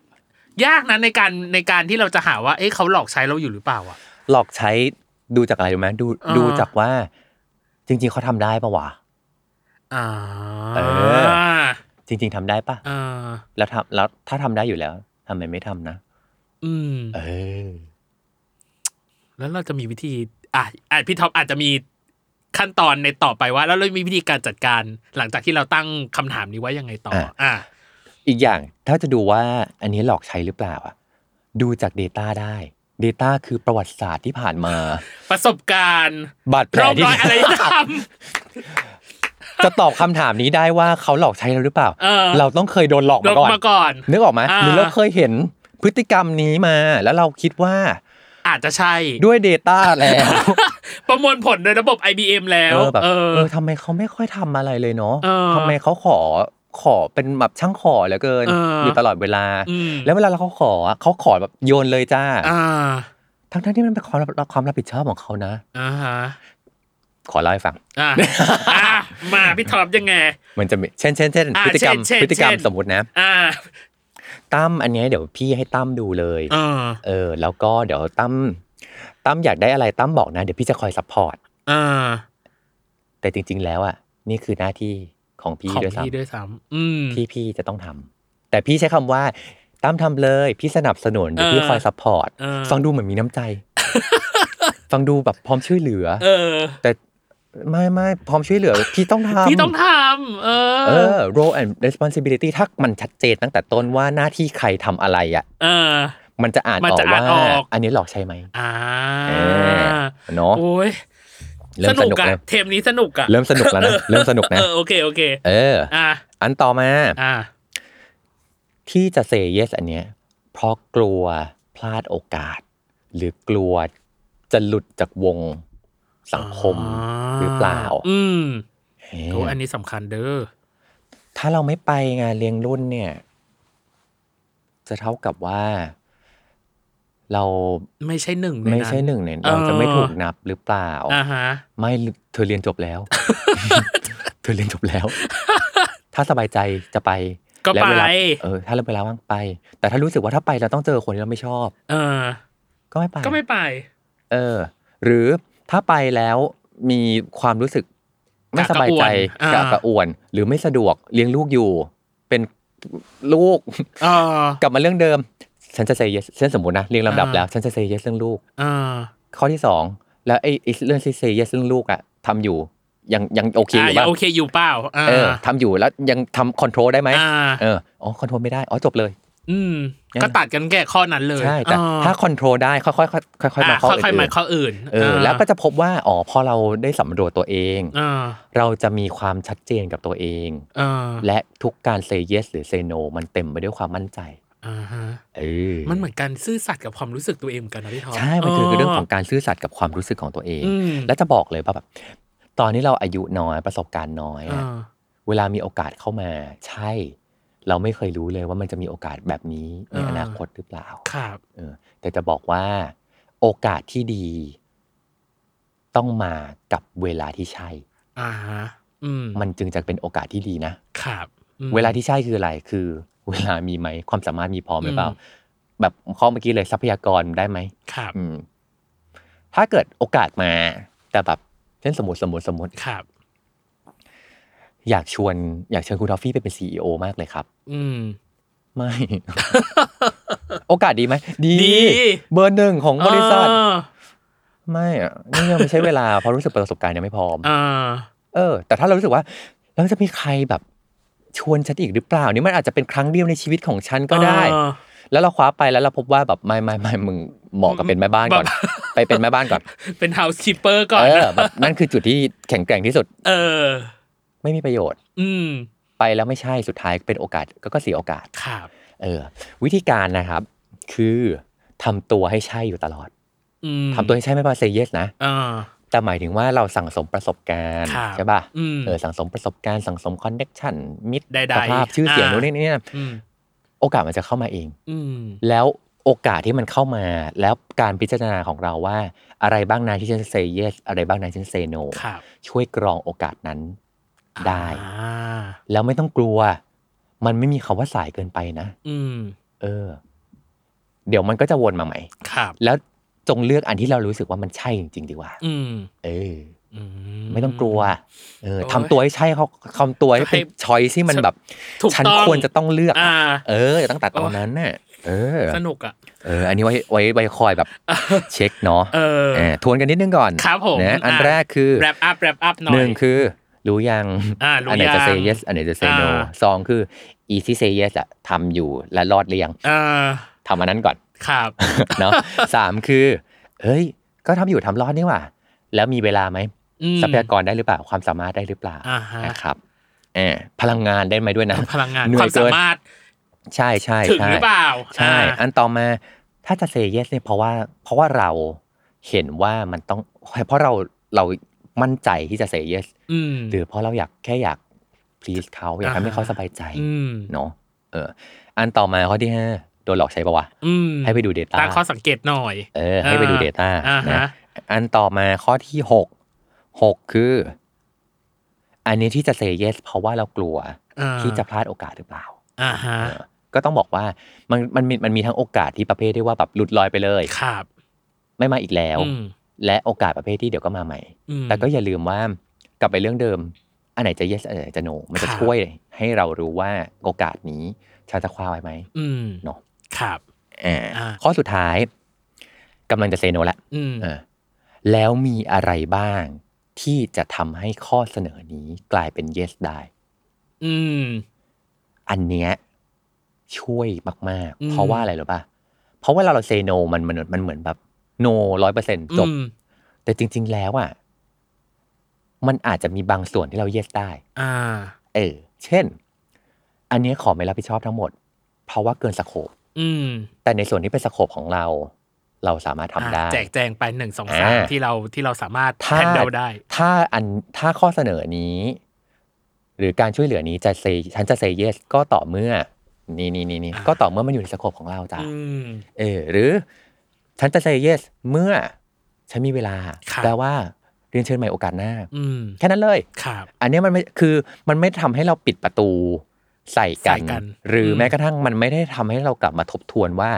C: ยากนะในการในการที่เราจะหาว่า เอ๊ะเขาหลอกใช้เราอยู่หรือเปล่าอ่ะ
B: หลอกใช้ดูจากอะไรรู้ไหมดู
C: อ่า
B: ดูจากว่า จริง ๆเขาทำได้ปะวะ
C: อ่า
B: เออ จริง ๆทำได้ปะ
C: อ่า
B: แล้วทำแล้วถ้าทำได้อยู่แล้วทำไมไม่ทำนะ
C: อืม
B: เออ
C: แล้วเราจะมีวิธี อ่ะอ่ะพี่ท็อปอาจจะมีขั้นตอนในต่อไปว่า แล้วเรามีวิธีการจัดการ หลังจากที่เราตั้งคำถามนี้ไว้ยังไงต่อ
B: อ่ะ
C: อ่ะ
B: อีกอย่างถ้าจะดูว่าอันนี้หลอกใช้หรือเปล่าอะดูจาก Data ได้ Data คือประวัติศาสตร์ที่ผ่าน มา
C: ประสบการณ์
B: บาดแผล
C: ร่อง
B: ที่
C: รอยอะไรที่ท
B: จะตอบคำถามนี้ได้ว่าเขาหลอกใช้เราหรือเปล่า
C: เออ
B: เราต้องเคยโดนหลอก
C: ำล
B: มา
C: บ
B: ก่อน
C: มาก่อน
B: นึกออกไหม
C: อ่า
B: หรือเราเคยเห็นพฤติกรรมนี้มา แล้วเราคิดว่า
C: อาจจะใช่
B: ด้วย Data แล้ว
C: ประมวลผลโดยระบบ IBM แล้ว
B: เออแบบ
C: เอ
B: เอ
C: อ
B: อทำไมเขาไม่ค่อยทำอะไรเลยเนาะ
C: เออ
B: ทำไมเขาขอขอเป็นแบบช่างขอเหลือเกิน
C: เอออ
B: ยู่ตลอดเวลา
C: อืม
B: แล้วเวลาเราเขาขออะเขาขอแบบโยนเลยจ้า
C: อ่า
B: ทั้งๆที่มันเป็นความรับความรับผิดชอบของเขานะ
C: อ่าฮะ
B: ขอเล่าให้ฟัง
C: อ่ะอ่ะมาพี่ท็อปยังไง
B: มันจะมีเช่นเช่นเช่น
C: อ่า
B: พฤติกรรม
C: เช่นเช่น
B: พฤติกรรม
C: เช่น
B: สมมตินะ
C: อ่า
B: ตั้มอันเนี้ยเดี๋ยวพี่ให้ตั้มดูเลย
C: เออ
B: เออ แล้วก็เดี๋ยวตั้มตั้มอยากได้อะไรตั้มบอกนะ เดี๋ยวพี่จะคอยซัพพอร์ต
C: อ่า
B: แต่จริง ๆ แล้วอ่ะนี่คือหน้าที่ของพี่
C: ของ
B: ด้วยซ้ำ
C: พี่ด้วยซ้ำอืม
B: ที่พี่จะต้องทำแต่พี่ใช้คำว่าตามทำเลยพี่สนับสนุนหรือ
C: เออ
B: พี่คอยซัพพอร์ต
C: เออ
B: ฟังดูเหมือนมีน้ำ ใจ ฟังดูแบบพร้อมช่วยเหลือ
C: เออ
B: แต่ไม่ไม่พร้อมช่วยเหลือ พี่ต้องทำ
C: พี่ต้องทำเออ
B: เออ role and responsibility ถ้ามันชัดเจนตั้งแต่ต้นว่าหน้าที่ใครทำอะไรอ่ะ
C: เออ
B: มันจะอ่าน
C: มัน
B: ออก
C: จะ
B: ว่า
C: อ่านออก
B: อันนี้หลอกใช่ไหม
C: อ่า
B: เออเนาะ
C: โอ้ย
B: เริ่
C: ส
B: มส
C: นุก
B: นุก
C: อะ
B: แล้ว
C: เทมนี้สนุกอะ
B: เริ่มสนุกแล้วนะเริ่มสนุกนะ
C: เออโอเคโอเค
B: เออ
C: อ่ะ
B: อันต่อมา
C: อ่ะ
B: ที่จะ say yes อันเนี้ยเพราะกลัวพลาดโอกาส หรือกลัวจะหลุดจากวงสังคมหรือเปล่า
C: อืม
B: เอ๊ะ
C: โอ้อันนี้สำคัญเด้อ
B: ถ้าเราไม่ไปงานเลี้ยงรุ่นเนี่ย จะเท่ากับว่า เรา
C: ไม่ใช่หนึ่งในนั้น
B: ไม่ใช่หนึ่งเนี่ยเราจะไม่ถูกนับหรือเปล่า
C: อ่าฮะ
B: ไม่เธอเรียนจบ แล้ว เธอเรียนจบแล้ว ถ้าสบายใจจะไป
C: ก็
B: และเวลา
C: ไป
B: เออ ถ้าเราเวลาว่างไป แต่ถ้ารู้สึกว่าถ้าไปเราต้องเจอคนที่เราไม่ชอบ
C: เออ
B: ก็ไม่ไป
C: ก็ไม่ไป
B: เออ หรือถ้าไปแล้วมีความรู้สึกไม่สบายใจ
C: ก
B: ก
C: ระ
B: ระ
C: ก
B: ก
C: ระ
B: ระ
C: อ่
B: อ่
C: ว
B: วน น หรือไม่สะดวกเลี้ยงลูกอยู่ เป็นลูก
C: เออ
B: กลับมาเรื่องเดิม ฉันจะ say yes ฉันสมมตินะเรียงลำดับ
C: อ่า
B: แล้ว ฉันจะ say yes เรื่องลูก
C: เออ
B: ข้อที่สองแล้วไอ้ไอ้เรื่องที่ say yes เรื่องลูกอะทำอยู่ยังยังโอเค
C: อ่ะ
B: อยู่
C: ยัง
B: บ้าง
C: โอเคอยู่เปล่าอ่า
B: เออทำอยู่แล้วยังทำคอนโทรลได้ไหม
C: อ่า
B: เอออ๋อคอนโทรลไม่ได้อ๋อจบเลย
C: อืม
B: งั้น
C: ก็ตัดกันแก่ข้อนั้นเลย
B: ใช่แต่
C: อ่
B: ถ้าคอนโทรลได้ค่อยๆค่อยๆค่อยๆมา
C: อ่ะ
B: ข้อ
C: ค่อยๆ
B: อื่
C: มาน ข้ออื่น
B: เออแล้วก็จะพบว่าอ๋อพอเราได้สำรวจตัวเอง
C: เออ
B: เราจะมีความชัดเจนกับตัวเอง
C: เออ
B: และทุกการ say yes หรือ say no มันเต็มไปด้วยความมั่นใจ
C: อ่าฮะ
B: เออ
C: มันเหมือนการซื่อสัตย์กับความรู้สึกตัวเองเหมือนกันนะพี่ทอม
B: ใช่มันคือเรื่องของการซื่อสัตย์กับความรู้สึกของตัวเอง
C: อืม
B: และจะบอกเลยว่าแบบตอนนี้เราอายุน้อยประสบการณ์น้อย
C: เอ
B: อะ
C: อ
B: เวลามีโอกาสเข้ามาใช่ เราไม่เคยรู้เลยว่ามันจะมีโอกาสแบบนี้ในอนาคตหรือเปล่า
C: ครับ
B: เออแต่จะบอกว่าโอกาสที่ดี ต้องมากับเวลาที่ใช่
C: อ่าฮะอืม
B: มันจึงจะเป็นโอกาสที่ดีนะ
C: ครับอืม
B: เวลาที่ใช่คืออะไร คือ เวลามีไหม ความสามารถมีพอไหม
C: อืม
B: เปล่า แบบข้อเมื่อกี้เลยทรัพยากรได้ไหม
C: ครับ
B: อืม ถ้าเกิดโอกาสมา แต่แบบเช่นสมมติสมมติสมมติ
C: ครับ
B: อยากชวน อยากเชิญคุณทอฟฟี่ไปเป็นซีอมากเลยครับ
C: อืม
B: ไม่ โอกาสดีไหมดี
C: ดี
B: เบอร์หนึ่งของบริษัท
C: เออ
B: ไม่อะนี่ยังไม่ใช่เวลา เพราะรู้สึกประสบการณ์ยังไม่พร้อม
C: เออ
B: เออ แต่ถ้าเรารู้สึกว่าแล้วจะมีใครแบบชวนฉันอีกหรือเปล่า นี่มันอาจจะเป็นครั้งเดียวในชีวิตของฉันก็ได้
C: เออ
B: แล้วเราคว้าไปแล้วเราพบว่าแบบไม่ไม่ไม่มึงเหมาะกับเป็นแม่บ้านก่อน
C: แบบ
B: ไปเป็นแม่บ้านก่อน
C: เป็น housekeeper ก่อน
B: เออ
C: นะ
B: แบบนั่นคือจุดที่แข็งแกร่งที่สุด
C: เออ
B: ไม่มีประโยชน์
C: อืม
B: ไปแล้วไม่ใช่สุดท้ายเป็นโอกาสก็ก็เสียโอกาส
C: ครับ
B: เออ วิธีการนะครับ คือทำตัวให้ใช่อยู่ตลอด
C: อืม
B: ทำตัวให้ใช่ไม่ว่าเซเยสนะ
C: เออ
B: แต่หมายถึงว่าเราสั่งสมประสบการณ์
C: ครับ
B: ใช่ป่ะ
C: อืม
B: เออสั่งสมประสบการณ์สั่งสมคอนเน็กชันมิต
C: ใด
B: ร
C: ๆ
B: ภาพชื่อเสียง
C: อ่า
B: โน่นนี่นี่นะ
C: อืม
B: โอกาสมันจะเข้ามาเอง
C: อืม
B: แล้วโอกาสที่มันเข้ามาแล้วการพิจารณาของเราว่า อะไรบ้างนะที่ฉันจะ say yes อะไรบ้างนะที่ฉัน say no
C: ครับ
B: ช่วยกรองโอกาสนั้นได้
C: อ่า
B: แล้วไม่ต้องกลัว มันไม่มีคำว่าสายเกินไปนะ
C: อืม
B: เออ เดี๋ยวมันก็จะวนมาใหม่
C: ครับ
B: แล้วจงเลือกอันที่เรารู้สึกว่ามันใช่จริงๆดีกว่า
C: อืม
B: เออ
C: อื
B: ไม่ต้องกลัว เออ
C: โอ้ย
B: ทำตัวให้ใช่เขาทำตัวให้เป็น
C: ให้
B: ช้อยที่มันแบบ
C: ถูก
B: ฉัน
C: ต้อง
B: ควรจะต้องเลือก
C: อ่า
B: เออ ตั้งแต่ตอนนั้นน่ะ เออ
C: สนุกอ่ะ
B: เออ อันนี้ไว้ไว้ไว้ค อยแบบ เช็คเนาะ
C: เออ
B: เออทวนกันนิดนึงก่อน
C: ครับผม
B: นะอัน
C: อ่ะ
B: แรกคือ
C: แรปอัพแรปอัพหน่อย
B: หนึ่งคือรู้ยัง
C: อ่ารู้
B: นไหนจะ
C: ยัง
B: say yes อันไหนจะ say no
C: อ่า
B: สองคือ easy say yes อะทำอยู่และรอดหรือยัง
C: เออ
B: ทำอันนั้นก่ อน
C: ครับ
B: เนาะ สามคือเฮ้ย ก็ทำอยู่ทำรอดนี่หว่า แล้วมีเวลาไหม
C: อืม
B: ทรัพยากรได้หรือเปล่า ความสามารถได้หรือเปล่า
C: อ่าฮะ
B: นะครับเออพลังงานได้ไหมด้วยนะ
C: พลังงาน
B: เหนื่อยว
C: คามสา
B: เกิน
C: มารถ
B: ใช่ใช่
C: ถึง
B: ใช่
C: หรือเปล่า
B: ใช่
C: อ่า
B: อันต่อมาถ้าจะ say yes เนี่ยเพราะว่าเพราะว่าเราเห็นว่ามันต้องเพราะเราเรามั่นใจที่จะ say yes
C: อืม
B: หรือเพราะเราอยากแค่อยาก please เขาอยาก
C: อ่าฮะ
B: ทำให้เขาสบายใจ
C: อืม
B: เนาะเออ อันต่อมาข้อที่ห้าโดนหลอกใช้ปะวะ
C: อืม
B: ให้ไปดู Data
C: ตั้งข้อสังเกตหน่อย
B: เออ ให้ไปดู
C: อ่า
B: Data
C: อ่าฮะ
B: นะอันต่อมาข้อที่หกหกคือ อันนี้ที่จะ say yes เพราะว่าเรากลัว
C: อ่า
B: ที่จะพลาดโอกาสหรือเปล่า
C: อ่าฮะ
B: เออ ก็ต้องบอกว่ามันมันมีมันมีทั้งโอกาสที่ประเภทที่ว่าแบบหลุดลอยไปเลย
C: ครับ
B: ไม่มาอีกแล้ว
C: อืม
B: และโอกาสประเภทที่เดี๋ยวก็มาใหม่
C: อืม
B: แต่ก็อย่าลืมว่ากลับไปเรื่องเดิม อันไหนจะ yes อันไหนจะ no มันจะ
C: ครับ
B: ช่วยให้เรารู้ว่าโอกาสนี้ฉันจะคว้าไว้ไหม
C: อืม
B: เนาะ
C: ครับ
B: อ่า
C: อ่า
B: ข้อสุดท้ายกำลังจะเซโนละ
C: อืม
B: เออแล้วมีอะไรบ้างที่จะทำให้ข้อเสนอนี้กลายเป็น yes ได้
C: อืม
B: อันเนี้ยช่วยมาก
C: อื
B: ๆ
C: ม
B: เพราะว่าอะไรหรือป่ะ เพราะเว่าเราเซโนมันมันมันเหมือนแบบ no ร้อยเปอร์เซ็นจบ
C: อืม
B: แต่จริง ๆ แล้วอ่ะมันอาจจะมีบางส่วนที่เรา yes ได้
C: อ่า
B: เออ เช่น อันเนี้ยขอไม่รับผิดชอบทั้งหมด เพราะว่าเกินสโคป
C: อืม
B: แต่ในส่วนที่เป็นสโคปของเรา เราสามารถทำได้
C: อ่ะแจกแจงไปหนึ่งสองสาม
B: อ่า
C: ที่เราที่เราสามารถ
B: ถ้า
C: แฮนเดิลได้
B: ถ้าอันถ้าข้อเสนอนี้ หรือการช่วยเหลือนี้จะ say ฉันจะ say yes ก็ต่อเมื่อ นี่นี่นี่นี่
C: อ่า
B: ก็ต่อเมื่อมันอยู่ในสโคปของเราจ้ะ
C: อืม
B: เออ หรือ ฉันจะ say yes เมื่อ ฉันมีเวลา
C: ครับ
B: แปลว่าเรียนเชิญใหม่โอกาสหน้า
C: อืม
B: แค่นั้นเลย
C: ครับ
B: อันเนี้ยมันไม่คือมันไม่ทำให้เราปิดประตูใส่กั
C: ใส่
B: น
C: กัน
B: หรืออ
C: ม
B: แม้กระทั่งมันไม่ได้ทำให้เรากลับมาทบทวนว่า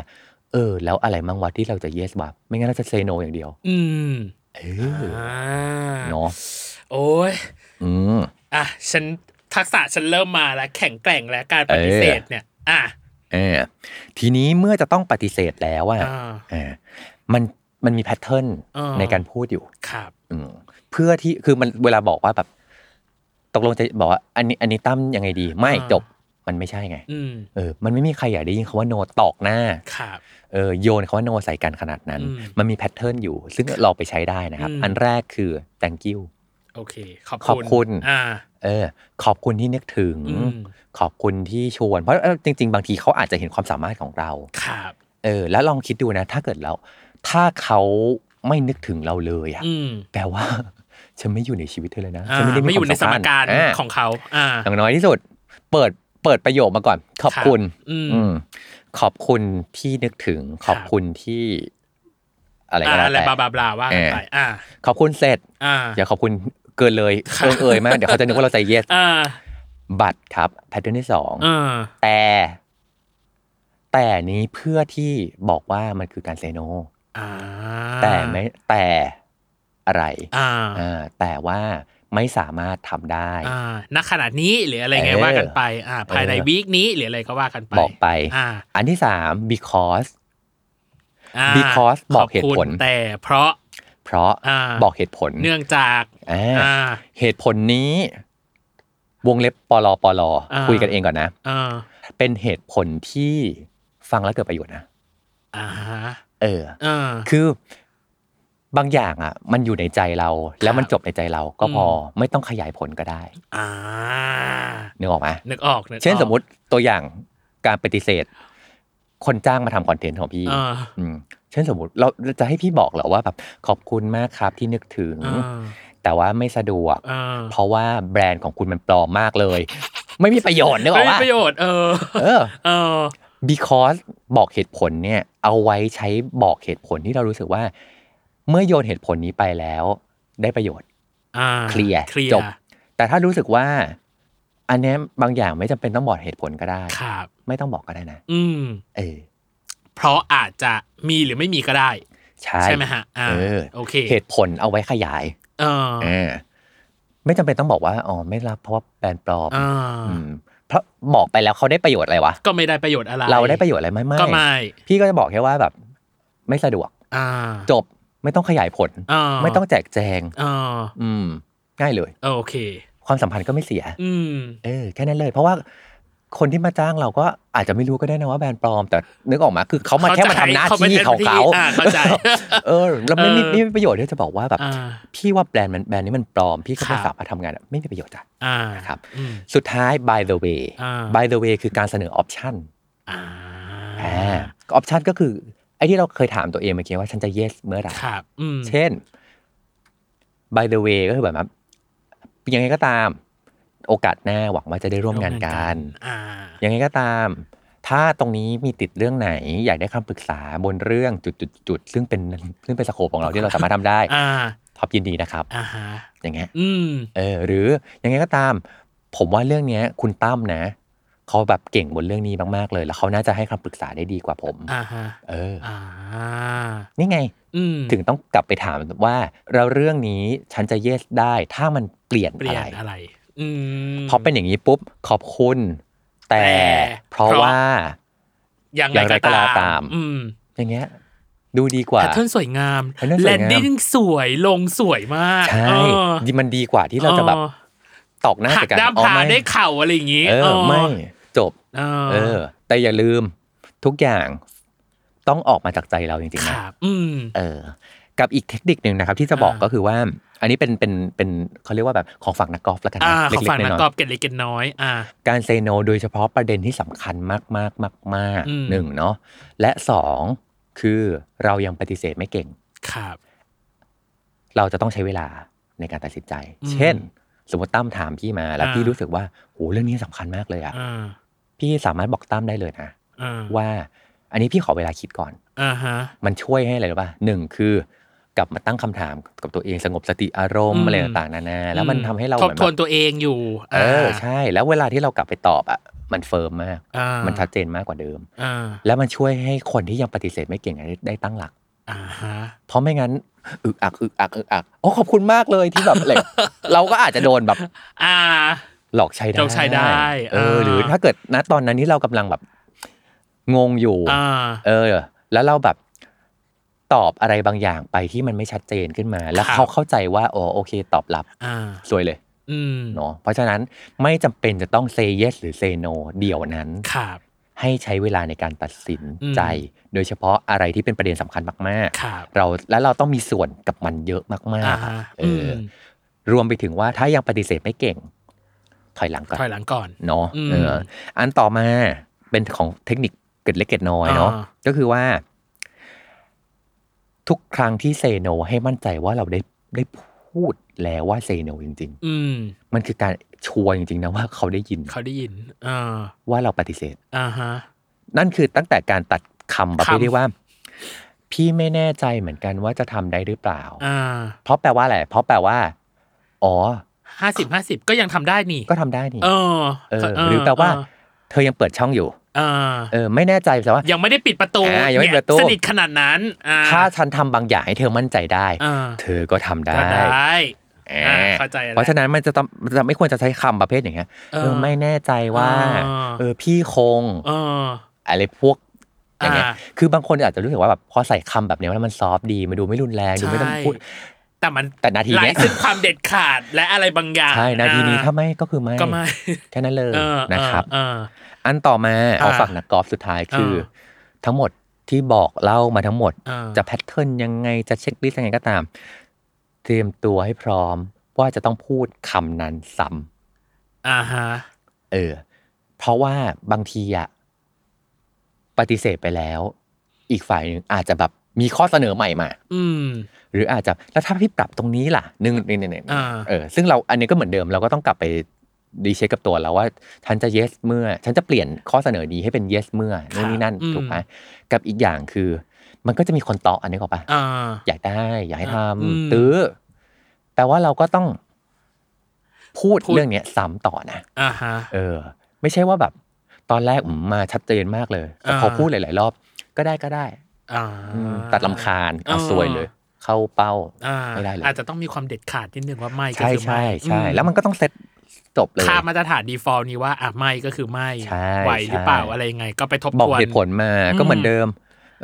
B: เออ แล้วอะไรมั่งวะที่เราจะ yes วะไม่งั้นเราจะ say no อย่างเดียว
C: อืม
B: เออ
C: อ่า
B: เนาะ
C: โอ้ย
B: อืม
C: อ่ะฉันทักษะฉันเริ่มมาแล้ว แข็งแกร่งแล้วการปฏิเสธเนี่ย อ่ะ
B: เออทีนี้เมื่อจะต้องปฏิเสธแล้วอะ
C: อ่า
B: เออมันมันมีแพทเทิร์น
C: อ่า
B: ในการพูดอยู่
C: ครับ
B: อืมเพื่อที่คือมันเวลาบอกว่าแบบ ตกลงจะบอกว่า อันนี้อันนี้ตั้มยังไงดี ไม่จบมันไม่ใช่ไง
C: อืม
B: เออ มันไม่มีใครอยากได้ยินคำว่าโนตอกหน้า
C: ครับ
B: เออโยนคำว่าโนใส่กันขนาดนั้น
C: อืม
B: มันมีแพทเทิร์นอยู่ ซึ่งเราไปใช้ได้นะครับ
C: อืม
B: อันแรกคือ thank you
C: โอเค ขอบ
B: ขอบคุณ
C: อ่า
B: เออ ขอบคุณที่นึกถึง
C: อืม
B: ขอบคุณที่ชวน เพราะเออจริง ๆ บางทีเขาอาจจะเห็นความสามารถของเรา
C: ครับ
B: เออแล้วลองคิดดูนะ ถ้าเกิดเราถ้าเขาไม่นึกถึงเราเลยอะ
C: อืม
B: แปลว่า ฉันไม่อยู่ในชีวิตเธอเลยนะ
C: อ่า
B: ฉัน
C: ไม่อยู่ในสมการ
B: อ่
C: ของเขา อ่า
B: อย่างน้อยที่สุด เปิดเปิดประโยคมาก่อน ขอบคุณ
C: ครับอืม
B: อืมขอบคุณที่นึกถึง ขอบคุณที่ อะไร
C: อ่า
B: ก็แล้ว
C: อะไร
B: แต่
C: บลาบลาบลาว่ากันไป อ่า
B: ขอบคุณเสร็จ
C: อ่า
B: อย่าขอบคุณเกินเลย
C: ครับ
B: เกินเอ่ยมากเดี๋ยวเขาจะนึกว่าเราใจเย็ด
C: อ่า
B: บัตรครับแพทเทิร์นที่สอง
C: อ่า
B: แต่ แต่นี้เพื่อที่บอกว่ามันคือการเซโน
C: อ่า
B: แต่ไม่แต่อะไร
C: อ่า
B: อ่าแต่ว่าไม่สามารถทำได้
C: อ่าณขนาดนี้หรืออะไรไง
B: เออ
C: ว่ากันไป อ่า ภายใน
B: เออ
C: วีคนี้หรืออะไรก็ว่ากันไป
B: บอกไป
C: อ่า
B: อันที่สาม because
C: อ่า
B: because บอกเหตุผล
C: ขคุณแต่เพราะ
B: เพราะ
C: อ่า
B: บอกเหตุผล
C: เนื่องจาก
B: อ่า
C: อ่า
B: เหตุผลนี้ วงเล็บปลอปลอ
C: อ่า
B: คุยกันเองก่อนนะ
C: อ่า
B: เป็นเหตุผลที่ฟังแล้วเกิดประโยชน์นะ
C: อ่าฮะ
B: เออ
C: อ่า
B: คือบางอย่างอ่ะ มันอยู่ในใจเรา แล้วมันจบในใจเราก็พออไม่ต้องขยายผลก็ได้
C: อ่า
B: นึกออกไหม
C: นึกออกนึกออก
B: เช่นสมมติตัวอย่างการปฏิเสธ คนจ้างมาทำคอนเทนต์ของพี่
C: อ่า
B: อืมเช่นสมมติเราจะให้พี่บอกเหรอว่าแบบขอบคุณมากครับที่นึกถึง
C: อ่า
B: แต่ว่าไม่สะดวก
C: อ่า
B: เพราะว่าแบรนด์ของคุณมันปลอมมากเลย ไม่มีประโยชน์นึกออก
C: ไม่มี
B: ปะ
C: ประโยชน์ เออ
B: เออ
C: เออ
B: because บอกเหตุผลเนี่ย เอาไว้ใช้บอกเหตุผลที่เรารู้สึกว่า เมื่อโยนเหตุผลนี้ไปแล้ว ได้ประโยชน์
C: อ่า
B: เคลียร์
C: เคลีย
B: จ
C: ร์
B: บ แต่ถ้ารู้สึกว่า อันเนี้ยบางอย่างไม่จำเป็นต้องบอกเหตุผลก็ได้
C: ครับ
B: ไม่ต้องบอกก็ได้นะ
C: อืม
B: เออ
C: เพราะอาจจะมีหรือไม่มีก็ได้
B: ใช่
C: ใช่ไหมฮะ อ่า
B: เออ
C: โอเค
B: เหตุผลเอาไว้ขยาย
C: เออ
B: เออไม่จำเป็นต้องบอกว่า อ๋อ ไม่รับเพราะว่าแบรนด์ปลอม
C: อ่า
B: อืม เพราะบอกไปแล้วเขาได้ประโยชน์อะไรวะ
C: ก็ไม่ได้ประโยชน์อะไร
B: เราได้ประโยชน์อะไรไหม
C: ก็
B: ไม่
C: ไม่
B: พี่ก็จะบอกแค่ว่าแบบ ไม่สะดวก
C: อ่า
B: จบ ไม่ต้องขยายผล
C: อ่า
B: ไม่ต้องแจกแจง
C: อ่า
B: อืม ง่ายเลย
C: โอเค
B: ความสัมพันธ์ก็ไม่เสีย
C: อืม
B: เออ แค่นั้นเลย เพราะว่า คนที่มาจ้างเราก็อาจจะไม่รู้ก็ได้นะว่าแบรนด์ปลอม แต่นึกออกมาคือเขามาแค่มาทำหน้าที่ของเขา
C: อ่าเข้าใจ
B: เออแล้วไม่มี
C: เออ
B: ไม่มีประโยชน์ที่จะบอกว่าแบบ
C: อ่า
B: พี่ว่าแบรนด์มันแบรนด์นี้มันปลอม พี่ก็ไม่
C: ครั
B: สา
C: บ
B: มารถทำงานอะไม่มีประโยชน์จ้ะ
C: อ่า
B: ครับ
C: อืม
B: สุดท้าย by the way
C: อ่า
B: by the way คือการเสนอออปชัน
C: อ่า
B: อ่าออปชันก็คือ ไอ้ที่เราเคยถามตัวเองเมื่อกี้ว่าฉันจะ yes เมื่อไหร่
C: ครับ อืม
B: เช่น by the way ก็คือแบบว่ายังไงก็ตาม โอกาสหน้าหวังว่าจะได้ร่วมงานกัน
C: อ่า
B: ยังไงก็ตาม ถ้าตรงนี้มีติดเรื่องไหน อยากได้คำปรึกษาบนเรื่องจุดๆๆซึ่งเป็นซึ่งเป็นสโคปของเราที่เราสามารถทำได้
C: อ่า
B: ท็อปยินดีนะครับ
C: อ่าฮะ
B: อย่างเงี้ย
C: อืม
B: เออหรือยังไงก็ตาม ผมว่าเรื่องเนี้ย คุณตั้มนะเขาแบบเก่งบนเรื่องนี้มากๆเลย แล้วเขาน่าจะให้คำปรึกษาได้ดีกว่าผม
C: อ่าฮะ
B: เออ
C: อ่า
B: นี่ไง
C: อืม
B: ถึงต้องกลับไปถามว่าเราเรื่องนี้ฉันจะเยสได้ ถ้ามันเปลี่ยน
C: เปลี่
B: อะ
C: ย
B: ไร
C: นอะไร อืม
B: พอเป็นอย่างนี้ปุ๊บขอบคุณ แต่
C: แต่
B: เพราะ
C: เพราะ
B: ว่า
C: อย่าง
B: อย่างไร
C: ไร
B: ก็
C: ก็
B: แล้ว
C: ตา
B: ตาม ม
C: อืม
B: อย่างเงี้ย ดูดีกว่า
C: แพทเทิร์นสวยงาม
B: แพทเทิร์นสวยงาม
C: แลนดิ้งสวยลงสวยมาก
B: ใช่
C: เออ
B: มันดีกว่าที่เราจะแบบ
C: ออ
B: ตอกหน้า
C: หั
B: ใส่
C: ก
B: กัน
C: ด้าม
B: อ๋อ
C: ขา
B: ไม่
C: ได้เข่าอะไรอย่างงี้
B: เออไม่จบ
C: เออ
B: เออ แต่อย่าลืมทุกอย่างต้องออกมาจากใจเราจริงๆ
C: ค
B: นะ
C: รับ อืม
B: เออ กับอีกเทคนิคหนึ่งนะครับ ที่จะบอก
C: อ่า
B: ก็คือว่า อันนี้เป็นเป็นเป็นเขาเรียกว่าแบบของฝั่งนักกอล์ฟแล้วกันนะ
C: อ่า
B: เล็
C: ของ
B: ก
C: ฝั่ง
B: ๆ
C: นัก
B: น้อย
C: กอล์ฟเก็ตเล็กเก็ตน้อย อ่า
B: ๆการเซโนโดยเฉพาะประเด็นที่สำคัญมากมากมากมากๆ
C: อืม
B: หนึ่งเนาะและสองคือเรายังปฏิเสธไม่เก่ง
C: ครับ
B: เราจะต้องใช้เวลาในการตัดสินใจ
C: อืม
B: เช่น สมมติตั้มถามพี่มาแล้ว
C: อ่า
B: พี่รู้สึกว่าโหเรื่องนี้สำคัญมากเลยอะ
C: อ่า
B: พี่สามารถบอกตั้มได้เลยนะ
C: อ่า
B: ว่า อันนี้พี่ขอเวลาคิดก่อน
C: อ่าฮะ
B: มันช่วยให้อะไรรู้ป่ะหนึ่งคือกลับมาตั้งคำถามกับตัวเองสงบสติอารม
C: อื
B: ณ์
C: ม
B: อะไรต่างๆนานาแล้วมันทำให้เรา
C: ท
B: เห
C: บ
B: มือน
C: ท
B: แบ
C: วน
B: บ
C: ตัวเองอยู่
B: เออใช่ แล้วเวลาที่เรากลับไปตอบอ่ะมันเฟิร์มมาก
C: อ่า
B: มันชัดเจนมากกว่าเดิม
C: อ่า
B: แล้วมันช่วยให้คนที่ยังปฏิเสธไม่เก่งอะได้ได้ตั้งหลัก
C: อ่าฮะ
B: เพราะไม่งั้นอึกอักอึกอักอึกอักโอ้ขอบคุณมากเลยที่แบบอะไร เราก็อาจจะโดนแบบ
C: อ่า
B: หลอกใช้ได้
C: หลอกใช้ได้
B: เออ
C: อ่า
B: หรือถ้าเกิดณตอนนั้นที่เรากำลังแบบงงอยู่
C: อ่า
B: เออ แล้วเราแบบตอบอะไรบางอย่างไปที่มันไม่ชัดเจนขึ้นมา แล้ว
C: ครับ
B: เขาเข้าใจว่าอ๋อโอเค ตอบรับ
C: อ่า
B: สวยเลย
C: อืม
B: เนาะเพราะฉะนั้นไม่จำเป็นจะต้องเซ y yes หรือเซ y no เดี๋ยวนั้น
C: ครับ
B: ให้ใช้เวลาในการตัดสิน
C: อืม
B: ใจ โดยเฉพาะอะไรที่เป็นประเด็นสำคัญมาก
C: ครับ
B: ๆ เราและเราต้องมีส่วนกับมันเยอะมาก
C: อ่า
B: ๆ
C: ฮะ
B: เอ
C: อื
B: อ
C: ม
B: อรวมไปถึงว่าถ้ายังปฏิเสธไม่เก่ง ถอยหลังก่อน
C: ถอยหลังก่อน
B: เนาะ
C: อืม
B: เออ อันต่อมาเป็นของเทคนิคเกิดเล็กเกิดน้อยเนาะ
C: อ่า
B: ก็คือว่า ทุกครั้งที่เซโนให้มั่นใจว่าเราได้ได้พูดแล้วว่าเซโนจริง
C: อืม
B: ๆ มันคือการชัวร์จริง ๆ นะว่าเขาได้ยิน
C: เขาได้ยินอ่า
B: ว่าเราปฏิเสธ
C: อ่าฮะ
B: นั่นคือตั้งแต่การตัดคำประเภท
C: คำ
B: ที่ว่า พี่ไม่แน่ใจเหมือนกันว่าจะทำได้หรือเปล่า
C: อ่า
B: เพราะแปลว่าอะไรเพราะแปลว่า อ๋อ
C: ห้าสิบห้าสิบก็ยังทำได้นี่
B: ก็ทำได้นี่
C: เออ
B: เออหรือแปลว่า เธอยังเปิดช่องอยู่
C: เออ
B: เออ ไม่แน่ใจแต่ว่า
C: ยังไม่ได้ปิดประตู
B: อ่ายังไม่ปิดประตู
C: เนี่ยสนิทขนาดนั้นอ่า
B: ถ้าฉันทำบางอย่างให้เธอมั่นใจได้
C: อ่า
B: เธอก็ทำได้
C: ก็ได้
B: เอ
C: อ่า
B: อ
C: เข้าใจแล้ว
B: เพราะฉะนั้นมันจะต้องมันจะไม่ควรจะใช้คำประเภทอย่างเงี้ย
C: เอ
B: เอ
C: อ
B: อไม่แน่ใจว่า
C: อ่า
B: เออพี่คง
C: เออ
B: อะไรพวกอย่างเงี้ย
C: อ่า
B: คือบางคนอาจจะรู้สึกว่าแบบพอใส่คำแบบเนี้ยแล้วมันซอฟต์ดีมันดูไม่รุนแรงดูไม่ต้องพูด
C: ใช่แต่มัน
B: แต่นาที
C: หลา
B: เนี้
C: ย
B: ย
C: ซึ่งความเด็ดขาดและอะไรบางอย่าง
B: ใช่นาทีนี้
C: อ่
B: ถ้าไม่ก็คือไม่
C: ก็ไม่
B: แค่นั้นเลย
C: เออ
B: นะครับ
C: เออ
B: อันต่อมา
C: อ่า
B: เอาฝั่งนักกอล์ฟสุดท้ายคืออ
C: ม
B: ทั้งหมดที่บอกเล่ามาทั้งหมด
C: เออ
B: จะแพทเทิร์นยังไงจะเช็คลิสต์ยังไงก็ตาม เตรียมตัวให้พร้อมว่าจะต้องพูดคำนั้นซ้ำ
C: อ่าฮะ
B: เออ เพราะว่าบางทีอะปฏิเสธไปแล้ว อีกฝ่ายหนึ่งอาจจะแบบมีข้อเสนอใหม่มา
C: อืม
B: หรืออาจจะแล้วถ้าพี่ปรับตรงนี้ล่ะหนึ่งนี่นี่นี่
C: อ่า
B: เออซึ่งเราอันนี้ก็เหมือนเดิมเราก็ต้องกลับไปดีเช็คกับตัวเราว่าฉันจะ yes เมื่อ ฉันจะเปลี่ยนข้อเสนอดีให้เป็น yes เมื่อนู่นนี่นั่น
C: อืม
B: ถูกไหมกับอีกอย่างคือ มันก็จะมีคนต่ออันนี้ก่อนปะ
C: อ่า
B: อยากได้ อยากให้ท
C: อ่าอืม
B: ำตื้อแปลว่าเราก็ต้องพูด
C: พูด
B: เรื่องเนี้ยซ้ำต่อนะ
C: อ่าฮะ
B: เออ ไม่ใช่ว่าแบบ ตอนแรกอืมมาชัดเจนมากเลยแต่พออา พูดหลาย ๆ รอบ ก็ได้ก็ได้
C: อ่า
B: อืมตัดลำคาญเอา
C: อ่า
B: ซวยเลย เข้าเป้า
C: อ่า
B: ไม่ได้เลย
C: อาจจะต้องมีความเด็ดขาดนิดนึงว่าไม่ก็
B: ใช่
C: คือไม่
B: ใช่ใช่
C: อื
B: แล้วมันก็ต้องเซ็ตจบเลย
C: ค่ามาตรฐาน default นี้ว่าอ่ะไม่ก็คือไม่
B: ใช่
C: ไหวหรือเปล่า
B: ใช่
C: อะไรยังไง ก็ไปทบ
B: บอก
C: ทวน
B: เหตุผลมา
C: อืม
B: ก็เหมือนเดิม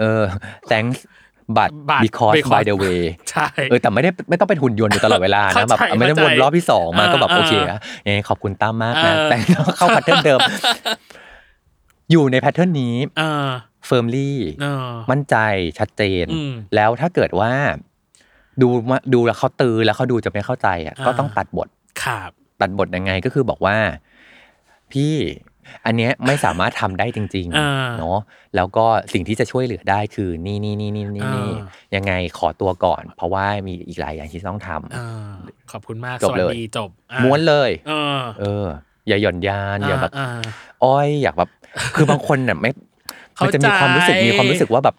B: เออ thanks but
C: But
B: because by
C: because
B: the way
C: ใช่
B: เออแต่ไม่ได้ไม่ต้องเป็นหุ่นยนต์อยู่ตลอดเวลา
C: เข้า
B: นะ
C: ใจ
B: แบบไม่ได้วนรอบที่สองมาก็แบบ
C: เออ
B: โอเคอะยังไงขอบคุณตั้มมากนะ
C: เอ อ
B: แต่เข้าแพทเทิร์นเดิม อยู่ในแพทเทิร์นนี้
C: เออ
B: firmly
C: เออ
B: มั่นใจชัดเจน
C: อืม
B: แล้วถ้าเกิดว่า ดูมาดูแล้วเขาตือแล้วเขาดูจะไม่เข้าใจอ่ะ
C: อ่า
B: ก็ต้องตัดบท
C: ครับ
B: ตัดบทยังไงก็คือบอกว่า พี่อันเนี้ยไม่สามารถทำได้จริง
C: อ่า
B: ๆเนาะแล้วก็สิ่งที่จะช่วยเหลือได้คือนี่นี่นี่นี่นี่
C: อ่า
B: นี่ยังไงขอตัวก่อน เพราะว่ามีอีกหลายอย่างที่ต้องทำ
C: เออขอบคุณมาก
B: จ
C: ส
B: บ
C: วั
B: เล
C: ส
B: ย
C: ดีจบอ่ะ
B: ม้วนเลย
C: เออ
B: เออ อย่าหย่อนยานอย่าแบบ
C: อ่า
B: อ้อยอยากแบบ คือบางคนเนี่ยไม่
C: เข้า
B: มันจะมีความรู้สึก
C: ใจ
B: มีความรู้สึกว่าแบบ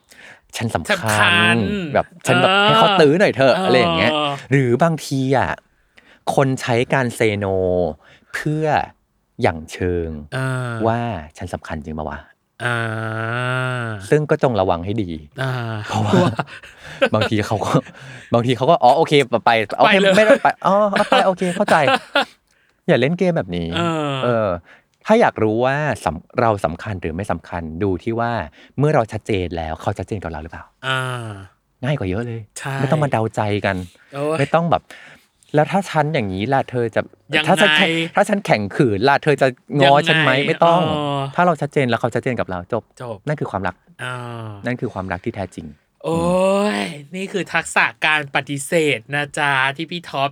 B: ฉันสำ
C: สำคั
B: คั
C: ญ
B: ญแบบฉันแบบ
C: เออ
B: ให้เขาตื้อหน่อยเถอะอะไรอย่างเงี้ย
C: ออ
B: หรือบางทีอ่ะคนใช้การเซโน เพื่ออย่างเชิง
C: อ่า
B: ว่าฉันสำคัญจริงปะวะ
C: อ่า
B: ซึ่งก็จงระวังให้ ดี
C: อ่า
B: เพราะว่า บางทีเขาก็ บางทีเขาก็อ๋อโอเคไปไปโอเค
C: ไปเลย
B: ไม่ต้องไปอ๋อเอาไปโอเคเข้า ใจ อย่าเล่นเกมแบบนี้
C: เออ
B: เออ ถ้าอยากรู้ว่าสำเราสำคัญหรือไม่สำคัญดูที่ว่าเมื่อเราชัดเจนแล้วเขาชัดเจนกับเราหรือเปล่า
C: อ่า
B: ง่ายกว่าเยอะเลย
C: ใช่
B: ไม่ต้องมาเดาใจกัน
C: โอ้ย
B: ไม่ต้องแบบ แล้วถ้าฉันอย่างนี้ล่ะเธอจะ
C: ยังไง
B: ถ้าฉันแข็งถ้าฉันแข่งขืนล่ะเธอจะงอฉันไหม
C: ยังไง
B: ไม่ต้อง
C: อ๋อ
B: ถ้าเราชัดเจนแล้วเขาชัดเจนกับเราจบ
C: จบ
B: นั่นคือความรัก
C: อ่า
B: นั่นคือความรักที่แท้จริง
C: โอ้ย นี่คือทักษะการปฏิเสธนะจ๊ะที่พี่ท็อป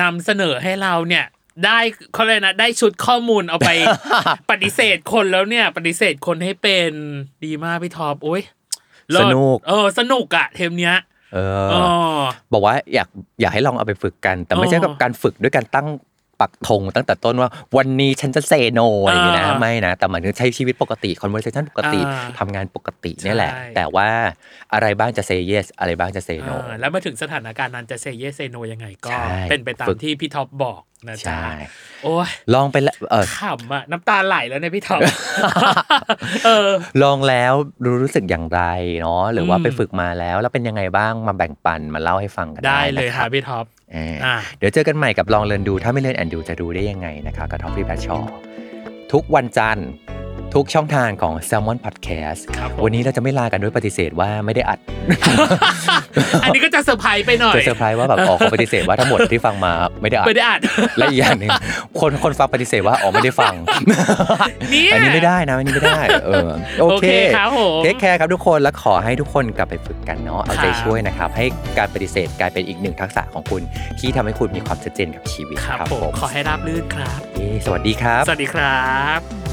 C: นำเสนอให้เราเนี่ย ได้เขาเลยกนะ ได้ชุดข้อมูลเอา ไป ปฏิเสธคนแล้วเนี่ย ปฏิเสธคนให้เป็นดีมากพี่ท็อปโอ้ยเลิศ
B: สนุก
C: เออ สนุกอะเทมเนี้ย
B: เอ
C: เอ
B: อ
C: อ
B: บอกว่าอยากอยากให้ลองเอาไปฝึกกัน แต่ไม่ใช่กับ
C: อ๋อ
B: การฝึกด้วยการตั้ง ปักธงตั้งแต่ต้นว่าวันนี้ฉันจะเซโนอะไรอย่างเงี้ยนะ
C: อ่า
B: ไม่นะ แต่หมายถึงใช้ชีวิตปกติ conversation ปกติ
C: อ่า
B: ทำงานปกติเนี่ยแหละ
C: ใช่
B: แต่ว่าอะไรบ้างจะเซเยสอะไรบ้างจะเซโน
C: อ่าแล้วมาถึงสถานการณ์นั้นจะเซเยเซโนยังไงก็
B: ใช่
C: เป็นไปตาม
B: ฝึก
C: ที่พี่ท็อปบอกนะจ๊ะ
B: ใช่
C: โอ้ย
B: ลองไปแล้วเออ
C: ขำอะน้ำตาไหลแล้วเนี่ยพี่ ท็อป เออ
B: ลองแล้วรู้รู้สึกอย่างไรเนาะหรือว่า
C: อืม
B: ไปฝึกมาแล้ว แล้วเป็นยังไงบ้างมาแบ่งปันมาเล่าให้ฟังกัน
C: ได้
B: ได้
C: เลย
B: นะค
C: ค่ะ
B: รับ
C: พี่ท็อป
B: อ่า
C: อ่ะ
B: เดี๋ยวเจอกันใหม่กับลองเรียนดู ถ้าไม่เรียนแอนดูจะดูได้ยังไงนะคะกับท็อปฟี่แพชชอทุกวันจันทร์ ทุกช่องทางของ s ซ l m o n Podcast
C: ครับผม
B: วันนี้เราจะไม่ลากันด้วยปฏิเสธว่าไม่ได้อัด
C: อันนี้ก็จะเซอร์ไพรส์ไปหน่อย
B: จะเซอร์ไพรส์ว่า แบบออกปฏิเสธว่าทั้งหมดที่ฟังมาไม่ได้อัด
C: ไม่ได้อัด
B: และอีกอย่างหนึ่งคนคนฟังปฏิเสธว่าอ๋อไม่ได้ฟัง
C: เนี่ย
B: อันนี้ไม่ได้นะอันนี้ไม่ได้เอ อโอเค
C: ครับผม
B: เทคแคร์ครับทุกคนและขอให้ทุกคนกลับไปฝึกกันเนาะเอาใจ
C: ครับ
B: ช่วยนะครับ ให้การปฏิเสธกลายเป็นอีกหนึ่งทักษะของคุณที่ทำให้คุณมีความชัดเจนกับชีวิต
C: ครับ
B: ครับ
C: ผ
B: ผม ม
C: ขอให้ราบรื่นครับ
B: เย้สวัสดีครับ
C: สวัสดีครับ